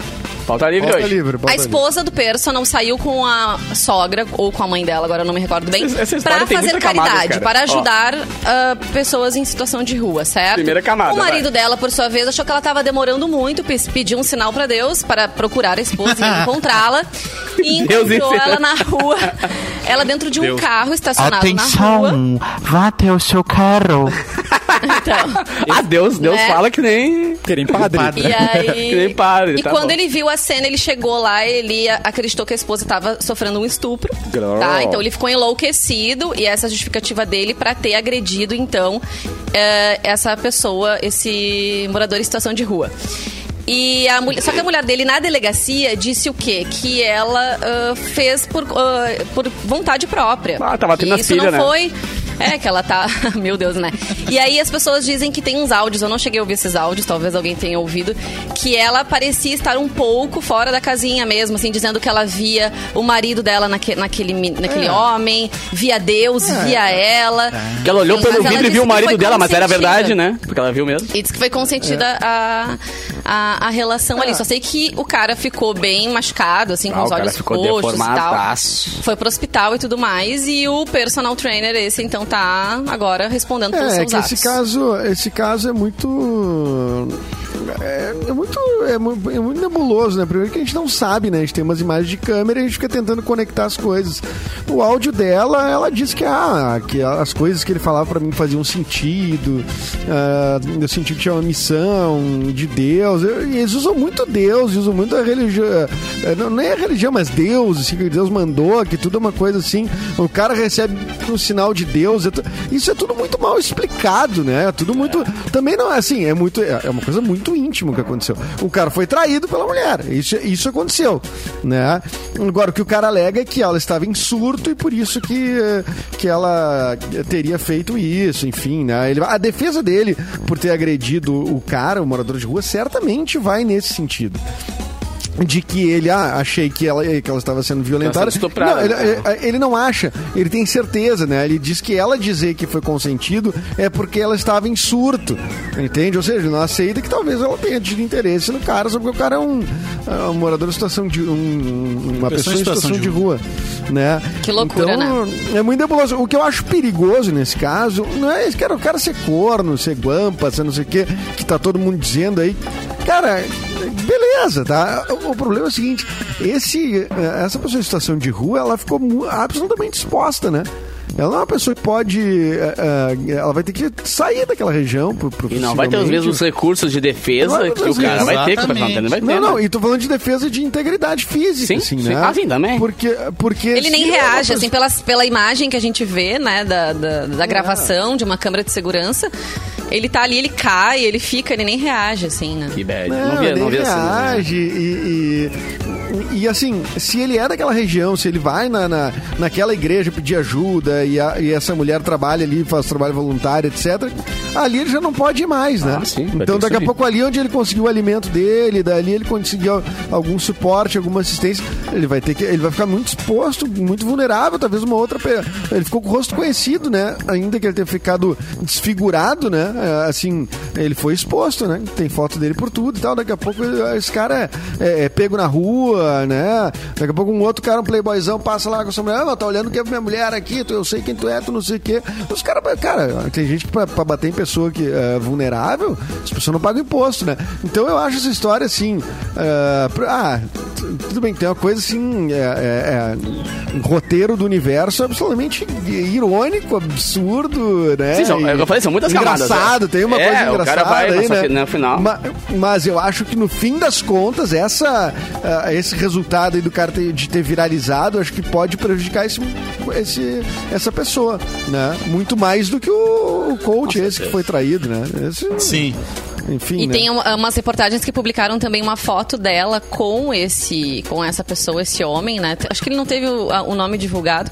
Pauta livre Pauta hoje. livre, pauta A esposa do Perso não saiu com a sogra ou com a mãe dela, agora eu não me recordo bem, Essa- essa história para tem fazer muita camada, caridade, cara. para Ó. ajudar ah, pessoas em situação de rua, certo? Primeira camada, O marido dela, por sua vez, achou que ela estava demorando muito, pe- pediu um sinal para Deus para procurar a esposa e encontrá-la. E Deus encontrou encerra. ela na rua. Ela dentro de um carro estacionado na rua. Atenção, vá até o seu carro. Então, Ah, Deus, Deus Né? fala que nem. Querem padre? E aí. Que nem padre, e tá quando bom. ele viu a cena, ele chegou lá, ele a- acreditou que a esposa estava sofrendo um estupro. Tá? Então ele ficou enlouquecido e essa é a justificativa dele pra ter agredido, então, é, essa pessoa, esse morador em situação de rua. E a mulher, só que a mulher dele na delegacia disse o quê? Que ela ah, fez por, ah, por vontade própria. Ah, tava tendo Que as isso filhas, não né? foi foi. É, que ela tá. Meu Deus, né? E aí as pessoas dizem que tem uns áudios, eu não cheguei a ouvir esses áudios, talvez alguém tenha ouvido, que ela parecia estar um pouco fora da casinha mesmo, assim, dizendo que ela via o marido dela naque- naquele, mi- naquele homem, via Deus, via ela. Que ela olhou Enfim, pelo mas ela vidro e disse viu o que marido foi dela, mas era consentida. verdade, né? Porque ela viu mesmo. E diz que foi consentida É. a, a, a relação ali. Só sei que o cara ficou bem machucado, assim, com Ah, os o cara olhos ficou roxos e tal. deformadaço. Foi pro hospital e tudo mais. E o personal trainer, esse, então, tá agora respondendo pelos É, é seus que atos. esse caso, esse caso é muito. É, é muito, é, mu- é muito nebuloso, né? Primeiro que a gente não sabe, né? A gente tem umas imagens de câmera e a gente fica tentando conectar as coisas. O áudio dela, ela diz que, ah, que as coisas que ele falava pra mim faziam sentido, ah, eu senti que tinha uma missão de Deus. Eu- e eles usam muito Deus, usam muito a religião. é, Não, nem a religião, mas Deus, assim, que Deus mandou, que tudo é uma coisa assim. O cara recebe um sinal de Deus. é tu- Isso é tudo muito mal explicado, né? É tudo muito. Também não é assim, é muito. É é uma coisa muito íntima que aconteceu. O cara foi traído pela mulher. Isso, isso aconteceu, né? Agora, o que o cara alega é que ela estava em surto e por isso que, eh, que ela teria feito isso, enfim, né? Ele, a defesa dele por ter agredido o cara, o morador de rua, certamente vai nesse sentido. De que ele, ah, achei que ela, que ela estava sendo violentada. Tá sendo estuprada, Não, ele- né? ele- É, ele não acha, ele tem certeza, né? Ele diz que ela dizer que foi consentido é porque ela estava em surto, entende? Ou seja, ele não aceita que talvez ela tenha tido interesse no cara, só porque o cara é um, é um morador em situação de. um- uma pessoa em situação de rua, né? Que loucura, então, né? É muito nebuloso. O que eu acho perigoso nesse caso não é esse cara, o cara ser corno, ser guampa, ser não sei o quê, que tá todo mundo dizendo aí. Cara, beleza, tá? O o problema é o seguinte: esse, eh, essa pessoa em situação de rua, ela ficou mu- absolutamente exposta, né? Ela não é uma pessoa que pode. eh, eh, ela vai ter que sair daquela região. Pro, pro- E não vai ter os possivelmente. mesmos recursos de defesa Não, que o mas cara vai ter. Que o Papai exatamente. Noel vai ter Não, né? não, e tô falando de defesa de integridade física, Sim, assim, sim. né? Ah, sim, também. Porque, porque Ele nem se é uma reage, assim, pessoa- pela, pela imagem que a gente vê, né, da, da, da É. gravação de uma câmera de segurança. Ele tá ali, ele cai, ele fica, ele nem reage, assim, né? Que bad. Não, Não, via, ele não via cenas, né? reage e, e, e, assim, se ele é daquela região, se ele vai na, na, naquela igreja pedir ajuda e, a- e essa mulher trabalha ali, faz trabalho voluntário, etc., ali ele já não pode ir mais, né? Ah, sim, vai ter então que daqui a subir. pouco ali onde ele conseguiu o alimento dele, dali ele conseguiu algum suporte, alguma assistência, ele vai ter que. Ele vai ficar muito exposto, muito vulnerável, talvez uma outra. pe- Ele ficou com o rosto conhecido, né? Ainda que ele tenha ficado desfigurado, né? É, Assim, ele foi exposto, né? Tem foto dele por tudo e tal. Daqui a pouco ele- esse cara é, é, é pego na rua, né? Daqui a pouco um outro cara, um playboyzão, passa lá com a sua mulher, ah, mas tá olhando que é minha mulher aqui, tu- eu sei quem tu é, tu não sei o quê. Os caras, cara, tem gente que pra, pra bater em pessoa que é vulnerável, as pessoas não pagam imposto, né? Então eu acho essa história assim. é, pra- ah, tu- tudo bem, que tem uma coisa assim. É, é- é, um roteiro do universo absolutamente irônico, absurdo, né? Sim, são- E- eu falei, são muitas camadas, engraçado, né? tem uma É, coisa o engraçada. cara vai aí, passar né? fi- na final. Ma- mas eu acho que no fim das contas, essa, ah, esse resultado aí do cara ter- de ter viralizado, eu acho que pode prejudicar esse, esse- essa pessoa, né? Muito mais do que o, o coach esse que foi traído, né? Esse- Sim. Enfim, E né? tem uma- umas reportagens que publicaram também uma foto dela com esse, com essa pessoa, esse homem, né? Acho que ele não teve o, a- o nome divulgado.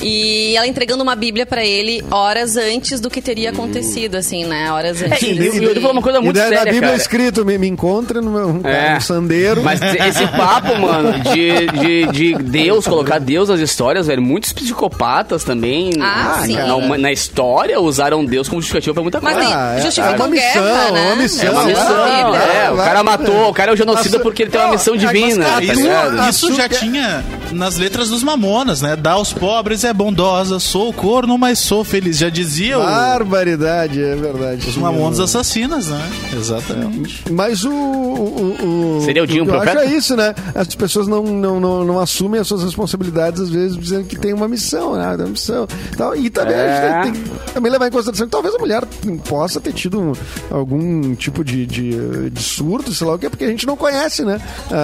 E ela entregando uma Bíblia pra ele horas antes do que teria acontecido, assim, né? Horas antes. É, e- e- e ele falou uma coisa E muito daí na séria, Bíblia é cara. escrito, me, me encontra no meu É. no sandeiro. Mas esse papo, mano, de, de, de Deus, colocar Deus nas histórias, velho, muitos psicopatas também Ah, na- sim. na, huma- na história usaram Deus como justificativa pra muita Mas assim, coisa. tem- Ah, é- justificam é uma guerra, missão, né? é uma missão, Ah, É uma Não, missão, não, é. não, o cara não. matou, o cara é o genocida Mas- porque ele tem uma não, missão mas, cara, divina, tá isso- ligado? Ah, Isso já tinha nas letras dos Mamonas, né? Dá aos pobres é bondosa, sou corno, mas sou feliz. Já dizia o- Barbaridade, é verdade. os Mamonas assassinas, né? Exatamente. Mas o. o, o Seria o Dinho que eu Profeta? acho é isso, né? As pessoas não, não, não, não assumem as suas responsabilidades, às vezes, dizendo que tem uma missão, né? Tem uma missão. e tal. E também É. a gente tem que também levar em consideração que talvez a mulher possa ter tido um- algum tipo de, de, de surto, sei lá o que, porque a gente não conhece, né?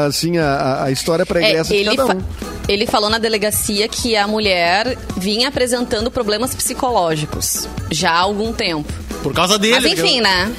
Assim, a- a, a história pregressa É, de cada fa- um. ele falou na delegacia que a mulher vinha apresentando problemas psicológicos já há algum tempo. Por causa dele. Mas enfim, que- né?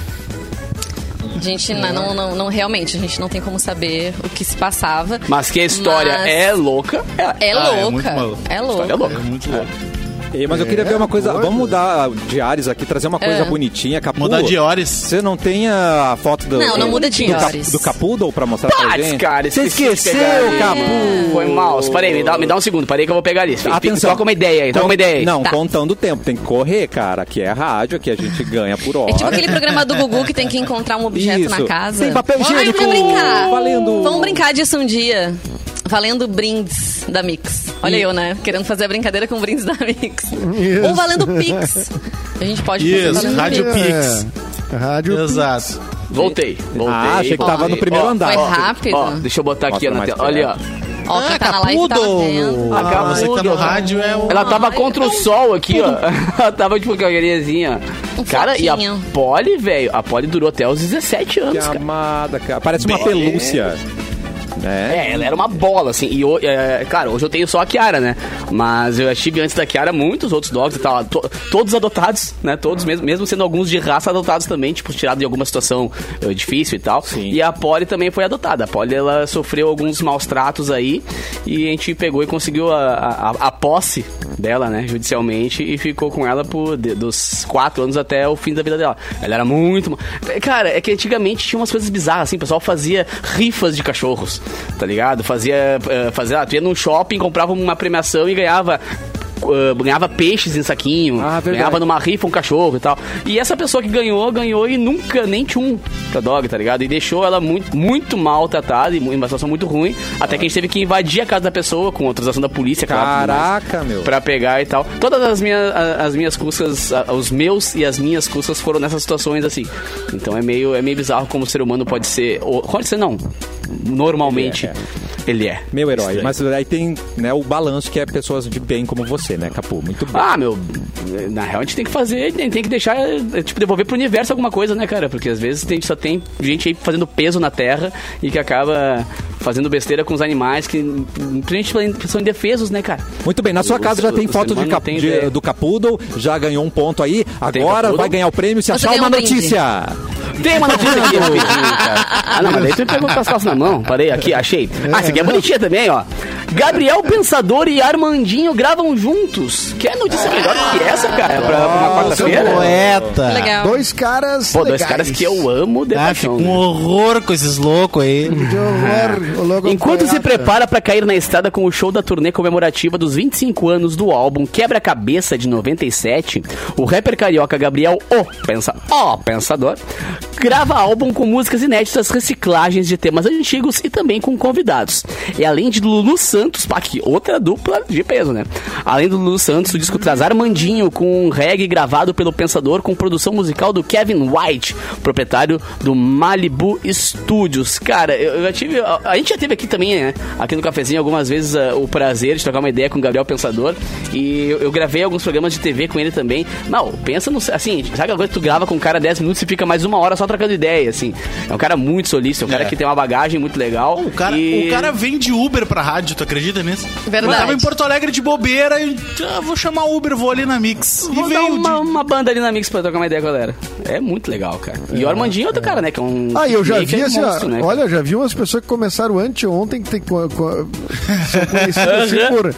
A gente não, não, não, não- realmente, a gente não tem como saber o que se passava. Mas que a história Mas é louca. É Ah, é louca. muito maluco. É, louca. História é louca. É muito louco. E, mas eu queria É. ver uma coisa. Vamos mudar de ares aqui, trazer uma coisa É. bonitinha, Capu. Mudar de horas. Você não tem a foto do. Não, não do- muda de do, cap, horas. do Capudo pra mostrar pra Pats, gente? cara, Tá Você esqueci de pegar esqueceu, ali. Capu! Foi mal. Espera aí, me dá, me dá um segundo. Parei que eu vou pegar ali. Fica- Atenção. Toca uma ideia aí, toca uma ideia aí. Não, Tá. contando o tempo. Tem que correr, cara. Aqui é rádio, aqui a gente ganha por hora. É tipo aquele programa do Gugu que tem que encontrar um objeto Isso. na casa. Tem papel Ai, higiênico. vamos brincar. Valendo. Vamos brincar disso um dia. Valendo brindes da Mix. Olha eu, né? Querendo fazer a brincadeira com brindes da Mix. Isso. Ou valendo Pix. A gente pode fazer Isso, valendo Rádio Pix. Pix. É, rádio Exato. Voltei. Voltei. Ah, achei que Ó, tava no primeiro ó, andar. Foi Ó, rápido. Ó, deixa eu botar Mostra aqui ó, na mais tela. pra Olha, ela. Ó, quem tá na live tá Ah, Capudo! vendo. Ah, Acabou. você que tá no rádio é o... Ela tava Ai, contra o não. sol aqui, ó. Ela tava tipo com a galerinha. Um Cara, e a foquinho. Polly, velho, a Polly durou até os 17 anos, Que cara. amada, cara. Parece uma pelúcia. É. É, ela era uma bola, assim. E, ho- é, claro, hoje eu tenho só a Kiara, né? Mas eu tive antes da Kiara muitos outros dogs e tal. to- todos adotados, né? Todos, mesmo, mesmo sendo alguns de raça adotados também, tipo, tirado de alguma situação eh, difícil e tal. Sim. E a Polly também foi adotada. A Polly, ela sofreu alguns maus tratos aí. E a gente pegou e conseguiu a, a, a posse dela, né? Judicialmente. E ficou com ela por de- dos quatro anos até o fim da vida dela. Ela era muito... ma- Cara, é que antigamente tinha umas coisas bizarras, assim. O pessoal fazia rifas de cachorros, tá ligado? Fazia, eh, fazia ah, tu ia num shopping, comprava uma premiação e ganhava... eh, ganhava peixes em saquinho, Ah, verdade. ganhava numa rifa um cachorro e tal. E essa pessoa que ganhou, ganhou e nunca nem tinha um pra dog, tá ligado? E deixou ela muito, muito maltratada e mu- em uma situação muito ruim. Até que a gente teve que invadir a casa da pessoa com autorização da polícia, claro, tudo mais, Caraca, meu. Pra pegar e tal. Todas as minhas, a- as minhas cuscas, a- os meus e as minhas cuscas foram nessas situações assim. Então é meio, é meio bizarro como o ser humano pode ser. Ou, pode ser não. Normalmente. Ele é, Ele é. Meu herói. Mas aí tem né, o balanço que é pessoas de bem como você, né, Capu? Muito bom. Ah, meu, na real a gente tem que fazer, tem tem que deixar, é, tipo, devolver pro universo alguma coisa, né, cara? Porque às vezes tem, só tem gente aí fazendo peso na terra e que acaba fazendo besteira com os animais que principalmente são indefesos, né, cara? Muito bem, na sua O casa ser- já tem o foto ser de humano não cap- tem de- ideia. do Capoodle, já ganhou um ponto aí. Tem Agora Capoodle? vai ganhar o prêmio se Você achar ganhou uma um brinde. notícia. Tem uma notícia aqui, rapidinho, cara. Ah, não, mas daí tu me pegou com as calças na mão. Parei, aqui, achei. Ah, essa aqui é bonitinha também, ó. Gabriel Pensador e Armandinho gravam juntos. Quer notícia melhor do que essa, cara? Pra, pra quarta-feira? Poeta. Legal. Dois caras. Pô, dois legais. caras que eu amo de Ah, fica paixão, um né? horror com esses loucos aí. De horror, o logo Enquanto se poeta. prepara pra cair na estrada com o show da turnê comemorativa dos 25 anos do álbum Quebra-Cabeça de 97, o rapper carioca Gabriel O, pensa, o Pensador, grava álbum com músicas inéditas, reciclagens de temas antigos e também com convidados. E além de Lulu Santos, pá, que outra dupla de peso, né? Além do Lulu Santos, o disco traz Armandinho com um reggae gravado pelo Pensador com produção musical do Kevin White, proprietário do Malibu Studios. Cara, eu eu já tive. A, a gente já teve aqui também, né? Aqui no cafezinho algumas vezes ah, o prazer de trocar uma ideia com o Gabriel Pensador. E eu, eu gravei alguns programas de TV com ele também. Não, pensa no. Assim, sabe aquela coisa que tu grava com um cara 10 minutos e fica mais uma hora só trocando ideia, assim. É um cara muito solício, é um cara É. que tem uma bagagem muito legal. O cara, e- o cara vem de Uber pra rádio, tu acredita nisso? Verdade. Eu tava em Porto Alegre de bobeira e ah, vou chamar Uber, vou ali na Mix. Vou e dar veio uma, de... uma banda ali na Mix pra trocar uma ideia, galera. É muito legal, cara. E o Armandinho é outro cara, né? Que é um. Ah, eu já meio que vi é um assim, monstro, ó, né, cara? olha, eu já vi umas pessoas que começaram anteontem que tem, co- co- são conhecidas assim por,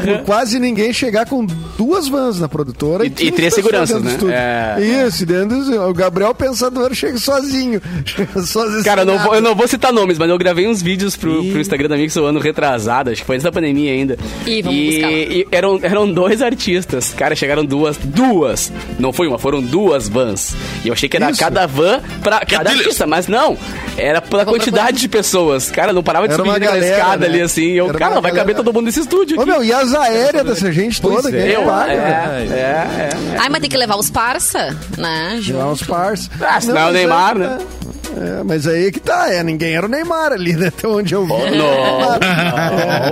por quase ninguém chegar com duas vans na produtora E- e duas pessoas três seguranças, dentro do né? estúdio. É. Isso, dentro do, o Gabriel Pensador chega sozinho. Chega sozinho. Cara, eu não, vou, eu não vou citar nomes, mas eu gravei uns vídeos pro, pro Instagram da Mix o ano retrasado, acho que foi antes da pandemia ainda. Ih, vamos e, buscar lá. e eram, eram dois artistas. Cara, chegaram duas. Duas! Não foi uma, foram duas vans. E eu achei que era Isso. cada van pra cada delícia. artista, mas não. Era pela quantidade de pessoas. Cara, não parava de Era subir uma aquela galera, escada né? ali assim. E eu, Era uma cara, vai caber galera. todo mundo nesse estúdio. Ô, aqui. meu, e as aéreas dessa gente toda que é. é, eu, paga, né? é, é, é. Ai, mas tem que levar os parça, né? Ju? Lá uns pars. Ah, senão é o mas aí Neymar, que né? tá. É, mas aí que tá, é, ninguém era o Neymar ali, né? Até onde eu vi. É.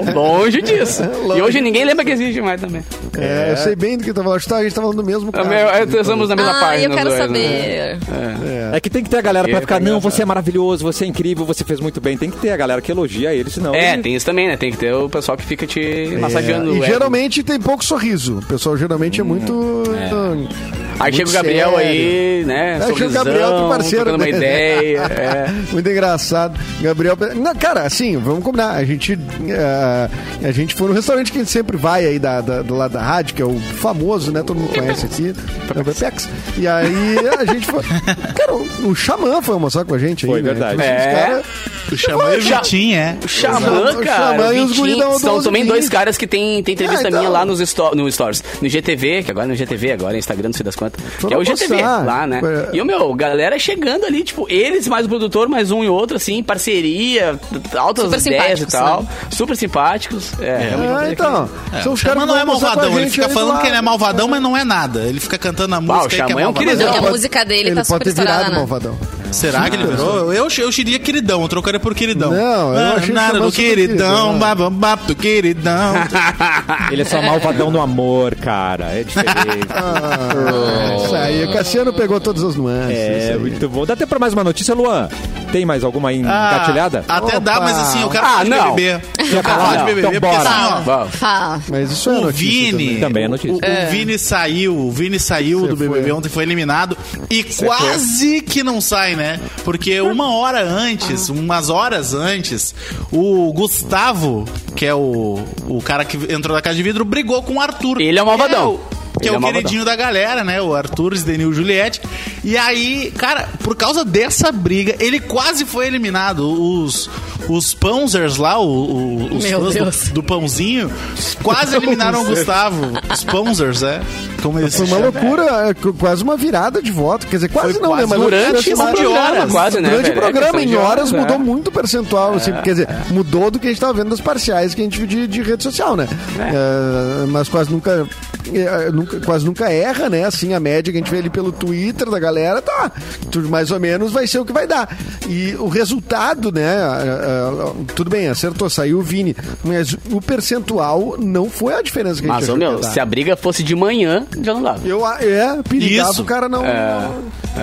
Não, longe disso. Longe E hoje ninguém lembra que existe mais também. É, eu sei bem do que eu tava falando. Tá, A gente tá falando do mesmo cara. Também, é, Estamos na mesma Ah, página. eu quero os dois, né? saber. É que tem que ter a galera pra Porque ficar, tá não, engraçado. você é maravilhoso, você é incrível, você fez muito bem. Tem que ter a galera que elogia ele, senão. É, ele- tem isso também, né? Tem que ter o pessoal que fica te massageando. É, E o ego. geralmente tem pouco sorriso. O pessoal geralmente Hum. é muito. Aí muito chega o Gabriel sério. aí, né? Aí chega o um sorrisão, Gabriel, teu parceiro, trocando uma né? ideia. é. Muito engraçado. Gabriel. Não, cara, assim, vamos combinar. A gente, ah, a gente foi no restaurante que a gente sempre vai aí da, da, do lado da rádio, que é o famoso, né? Todo mundo conhece aqui. É o Pepex. E aí a gente foi. Cara, o, o Xamã foi almoçar com a gente aí. Foi né? verdade. Então, esses É. caras- Chamei o Já- Vitinho, é. O Xamã, Exato, o cara. Xamã e os Vitinho, guri da São 12 também dois Vinícius. caras que tem, tem entrevista Ah, então. minha lá nos sto- no Stories. No GTV, que agora é no GTV, agora é Instagram, não sei das quantas. Que é o GTV almoçar. lá, né? É. E o meu, galera chegando ali, tipo, eles mais o produtor, mais um e outro, assim, parceria, altas Super ideias e simpáticos, tal. né? Super simpáticos. É, realmente uma Ah, coisa então. São O os caras Xamã que não vão é almoçar com a malvadão, ele gente fica aí do falando que lado. ele é malvadão, mas não é nada. Ele fica cantando a música aí que Xamã é é um malvadão. queridão. Porque a pode- música dele ele tá pode super ter virado estourada, né? malvadão. Será que ele virou? Eu, eu diria queridão, eu trocaria por queridão. Não, eu Ah, achei que nada chamou do super queridão. queridão, bababap do queridão. Ele é só malvadão no amor, cara. É diferente. Ah, isso aí. O Cassiano pegou todas as nuances. isso é, aí. muito bom. Dá até pra mais uma notícia, Luan? Tem mais alguma aí Ah, engatilhada? Até dá, Opa. mas assim, eu quero Ah, falar de não. BBB. Quer Eu quero falar? falar de Não, BBB, então porque bora. assim, ó, Fala. Fala. Mas isso é o notícia Vini. também. Também é notícia. O, o Vini saiu, o Vini saiu do foi. BBB ontem, foi eliminado e quase que não sai, né? Porque uma hora Ah. antes, umas horas antes, o Gustavo, que é o, o cara que entrou na casa de vidro, brigou com o Arthur. Ele é um Que malvadão. é o- Que é Ele é o um malvadão. queridinho da galera, né? O Arthur, Denil Juliette. E aí, cara, por causa dessa briga, ele quase foi eliminado. Os, os Pãozers lá, o- o- os Meu fãs do- Deus. do Pãozinho, quase eliminaram o Gustavo. Sponsors, é? Como eles Foi uma chamam. loucura, é, qu- quase uma virada de voto. Quer dizer, quase Foi não, né? quase Mas durante eu- uma durante programa, quase, né, Durante o velho? É programa, questão em de É. horas, horas, mudou é. muito o percentual, assim, quer dizer, É. mudou do que a gente tava vendo das parciais que a gente viu de, de rede social, né? Eh, É, mas quase nunca eh, nunca- quase nunca erra, né? Assim, a média que a gente vê ali pelo Twitter da galera, tá, tu- mais ou menos vai ser o que vai dar. E o resultado, né? ah, ah, tudo bem, acertou, saiu o Vini, mas o percentual não foi a diferença que a gente Mas, ô, achou que meu, ia dar. se a briga fosse de manhã, já não dava. Eu, a- é, perigava Isso. o cara não...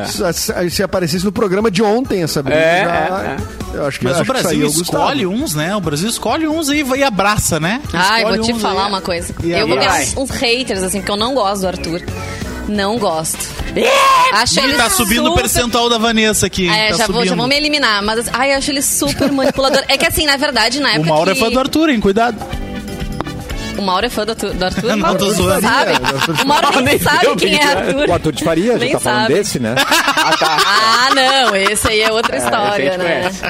Se- Se, se aparecesse no programa de ontem essa briga, É, já- é, eu acho que Mas acho o que Brasil saiu o Gustavo. escolhe uns, né? O Brasil escolhe uns e, vai- e abraça, né? Ai, Escolhe vou te uns falar aí. uma coisa. E eu vou abraça. ganhar uns, uns haters, assim, porque eu não gosto do Arthur. Não gosto. Acho Ih, ele tá subindo o super- percentual da Vanessa aqui. É, tá já, subindo. vou, já vão me eliminar. Mas, ai, eu acho ele super manipulador. É que assim, na verdade, na O época Mauro é que... fã do Arthur, hein? Cuidado. O Mauro é fã do Arthur? Do Arthur? Não, O Mauro tô nem zoando. É, Sabe? O Mauro nem sabe quem é Arthur. O Arthur de Faria, já Nem tá falando sabe. desse, né? Ah, não, esse aí é outra esse aí a história, gente né? conhece.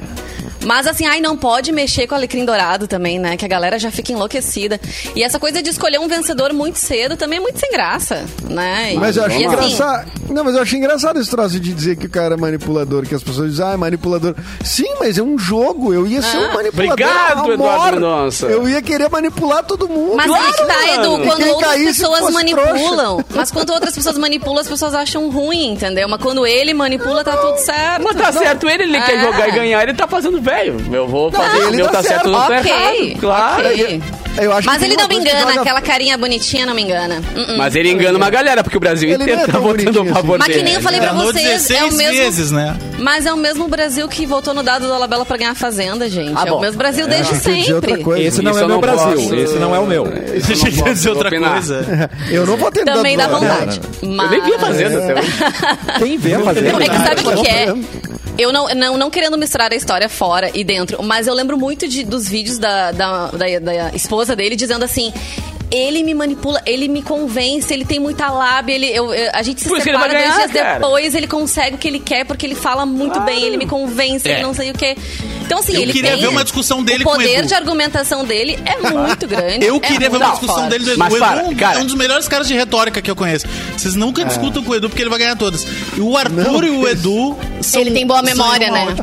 Mas assim, ai, não pode mexer com o alecrim dourado também, né? Que a galera já fica enlouquecida. E essa coisa de escolher um vencedor muito cedo também é muito sem graça, né? E- Mas eu acho e, assim, engraçado. Não, mas eu acho engraçado esse troço de dizer que o cara é manipulador, que as pessoas dizem, ah, é manipulador. Sim, mas é um jogo. Eu ia ser um manipulador. obrigado, amor. Eduardo Mendonça. Eu ia querer manipular todo mundo. Mas aí que tá, Claro, Edu, mano. quando Quem outras caísse pessoas fosse manipulam. Mas quando outras pessoas manipulam, as pessoas acham ruim, entendeu? Mas quando ele manipula, tá tudo certo. Mas tá certo ele, ele quer É. jogar e ganhar, ele tá fazendo velho. Eu vou fazer ele o meu tá tá certo, certo. eu não tô Ok, errado. Claro. ok. trouxa. Eu acho Mas que ele tem uma não me coisa que engana, joga- aquela carinha bonitinha não me engana. Uh-uh. Hum. Mas ele engana uma galera, porque o Brasil Ele inteiro não é tá tão votando a bonitinho favor Mas que dele. nem eu falei pra Enganou vocês, é o 16 mesmo. vezes, né? Mas é o mesmo Brasil que votou no dado da Labela pra ganhar a Fazenda, gente. Ah, é bom. o mesmo Brasil desde Achei que ia dizer outra sempre. coisa. Esse não Isso é eu o meu não Brasil, posso- esse não é o meu. Deixa eu posso dizer outra opinar. coisa. Eu não vou tentar. Também dá zoar. vontade. Eu Mas... nem vi a fazenda até hoje. Quem vê a fazenda? Não, é que sabe o que, que é? Não, Eu não, não, não querendo misturar a história fora e dentro, mas eu lembro muito de, dos vídeos da, da, da- da esposa dele dizendo assim. Ele me manipula, ele me convence, ele tem muita lábia, ele, eu- eu- a gente se Por isso que ele separa vai dois ganhar, dias cara. depois, ele consegue o que ele quer, porque ele fala muito Claro. bem, ele me convence, É. ele não sei o quê. Então, assim, Eu ele queria tem- ver uma discussão dele O com o poder Edu. de argumentação dele é muito grande. Eu é queria ver muito uma discussão forte. dele do Edu. Mas o Edu para, é um- cara. é um dos melhores caras de retórica que eu conheço. Vocês nunca discutam com o Edu porque ele vai ganhar todas. E o Arthur Não, e o Edu são. Ele tem boa são memória, uma né?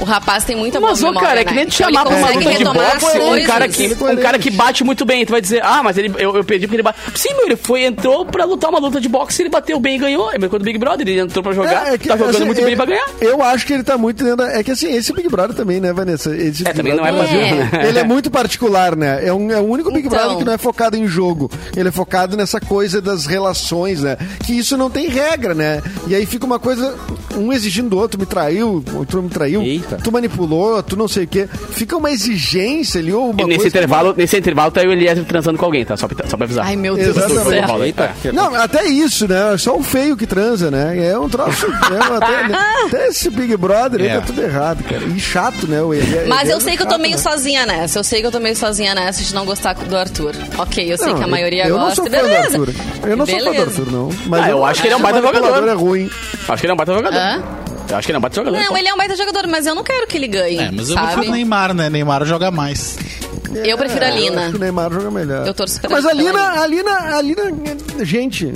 O rapaz tem muita Mas, boa ô, memória. cara, é né? que nem te Então ele chamar pra uma consegue luta de retomar as boxe, um coisas. cara, que, um cara que bate muito bem. Tu vai dizer, ah, mas ele, eu, eu perdi porque ele bate. Sim, meu, ele foi, entrou pra lutar uma luta de boxe, ele bateu bem e ganhou. É mesmo quando o Big Brother, ele entrou pra jogar, É, é que, tá jogando assim, muito eu- bem pra ganhar. Eu acho que ele tá muito dentro. da- É que assim, esse Big Brother também, né, Vanessa? Esse É, Big também não é Brother- Brasil, É. né? Ele é muito particular, né? É, um, é o único Big Então. Brother que não é focado em jogo. Ele é focado nessa coisa das relações, né? Que isso não tem regra, né? E aí fica uma coisa, um exigindo do outro, me traiu, outro me traiu, Eita. tu manipulou, tu não sei o quê. Fica uma exigência ali, ou uma E nesse coisa... intervalo, nesse intervalo tá eu e o Eliezer transando com alguém, tá? Só pra, só pra avisar. Ai, meu Deus do Exatamente. céu. Eita, que- Não, até isso, né? É Só o feio que transa, né? É um troço. é, até, até esse Big Brother aí É. tá tudo errado, cara. E chato, né? O Eliezer Mas eu é sei que eu tô chato, meio né? sozinha nessa. Eu sei que eu tô meio sozinha nessa de não gostar do Arthur. Ok, eu sei Não, que a maioria eu gosta. não sou fã do Beleza. Arthur. Eu não sou fã do Beleza. Arthur, não. Mas Ah, eu acho que ele é um baita manipulador jogador. é ruim. Acho que ele é um baita jogador. Hã? Eu acho que ele é um baita jogador. Não, ele é um baita jogador, mas eu não quero que ele ganhe. É, mas eu vou sabe? pro Neymar, né? Neymar joga mais. Eu prefiro a É, Eu acho Lina. que o Neymar joga melhor. Eu torço pra- Mas a pela Lina, a Lina, a Lina, gente.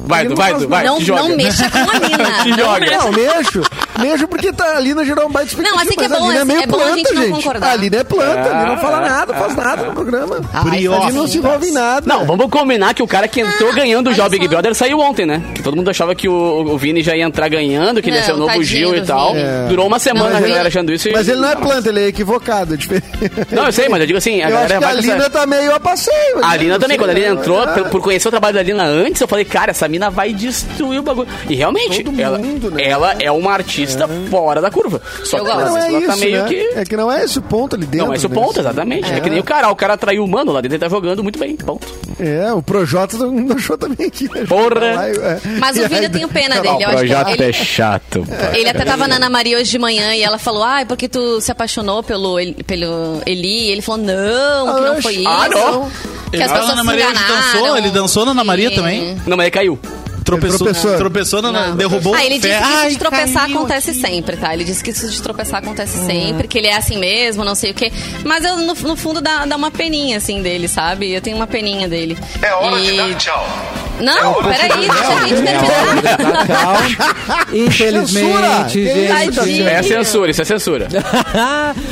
Vai, Edu, vai, Edu, vai. não, te joga. não mexa com a Te Lina. joga. Não, mexo. Mexo porque tá, a Lina gerou um baita expectativa. Não, assim que é mas bom, a Lina é, assim, meio é bom a planta, gente não concordar. Ah, A Lina é planta, a Lina não fala Ah, nada, faz nada no programa. Briosa. a Lina não se envolve em nada. Não, vamos combinar que o cara que entrou ganhando o olha Job Big só. Brother saiu ontem, né? Que todo mundo achava que o, o Vini já ia entrar ganhando, que ele ia ser o Não, novo tadinho Gil do e tal. Vini. É. Durou uma semana Mas a ele- galera achando isso. e- Mas ele não é planta, ele é equivocado. é diferente. Não, eu sei, mas eu digo assim, um- a Eu acho galera que a vai com essa- Lina tá meio a passeio. A né? Lina Não sei, também, quando a Lina né? entrou, Ah. por, por conhecer o trabalho da Lina antes, eu falei, cara, essa mina vai destruir o bagulho. E realmente, Todo ela, mundo, né? ela é uma artista fora da curva. Só Eu que gosto. às Não é vezes, ela isso, tá meio né? que. É que não é esse o ponto ali dentro. Não, esse é o né? ponto, exatamente. É. que nem o cara, o cara traiu o mano lá dentro, ele tá jogando muito bem, ponto. É, o Projota todo mundo achou também aqui. Né? Porra. Lá, é. Mas o Vini eu tenho tá pena dele. Eu acho que é ele, chato. Ele até tava na Ana Maria hoje de manhã e ela falou: Ai, porque tu se apaixonou pelo, El- pelo Eli? E ele falou: Não, que não foi isso. Ah, não. Que Ele as tava pessoas na Ana se Maria, ele enganaram. dançou, ele dançou na Ana Maria Sim. também. Não, mas ele caiu. Tropeçou, tropeçou. tropeçou, na, na- Não. derrubou Ah, o ele disse ferro. que isso Ai, de tropeçar caiu acontece aqui. Hum. sempre, tá? Ele disse que isso de tropeçar acontece sempre, que ele é assim mesmo, não sei o quê. Mas eu, no, no fundo dá, dá uma peninha, assim, dele, sabe? Eu tenho uma peninha dele. É hora de E- dar tchau. Não, peraí, deixa a gente terminar. Censura! Infelizmente, Que gente. Tadinho. É censura, isso é censura.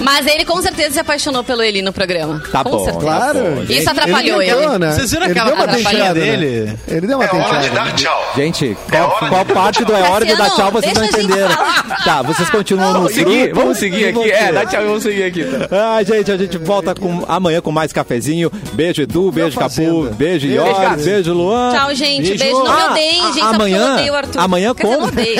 Mas ele com certeza se apaixonou pelo Eli no programa. Tá com bom. certeza. Claro. Isso atrapalhou ele. né? Vocês viram Ele aquela deu uma caixinha denteada, né? dele? É Ele deu uma denteada. Gente, Qual, qual parte do é hora de dar Cassiano, tchau vocês não deixa a gente entenderam? falar. Tá, vocês continuam no Vamos seguir, grupo vamos seguir e vão aqui. É, ter. dá tchau, vamos seguir aqui. Então. Ah, gente, a gente volta com, amanhã com mais cafezinho. Beijo, Edu, beijo, Capu, Fazenda. beijo, Ior, Cássio. beijo, Luan. Tchau, gente. Beijo. Não me Ah, odeiem, a- gente. Sabe que eu Amanhã, odeio o Arthur. amanhã Quer dizer, eu como? odeio.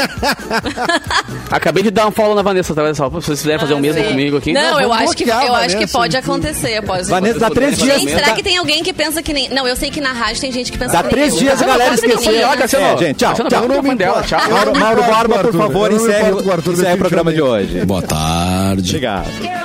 Acabei de dar um follow na Vanessa, tá? Olha Só, se vocês quiserem fazer o mesmo Mas, é. comigo aqui. então Não, eu vamos acho que, bloquear eu a acho que Vanessa. pode acontecer. Pode. Vanessa, dá três dias. Tá. Gente, será dá- que tem alguém que pensa que nem. Não, eu sei que na rádio tem gente que pensa Dá que nem três eu. dias a galera Não, não, esqueceu. não, não, não. É, gente, tchau, tchau. Cassiano, pega o microfone dela, tchau. Mauro, Mauro Borba, por favor, encerre, o- encerre o programa de hoje. Boa tarde. Obrigado.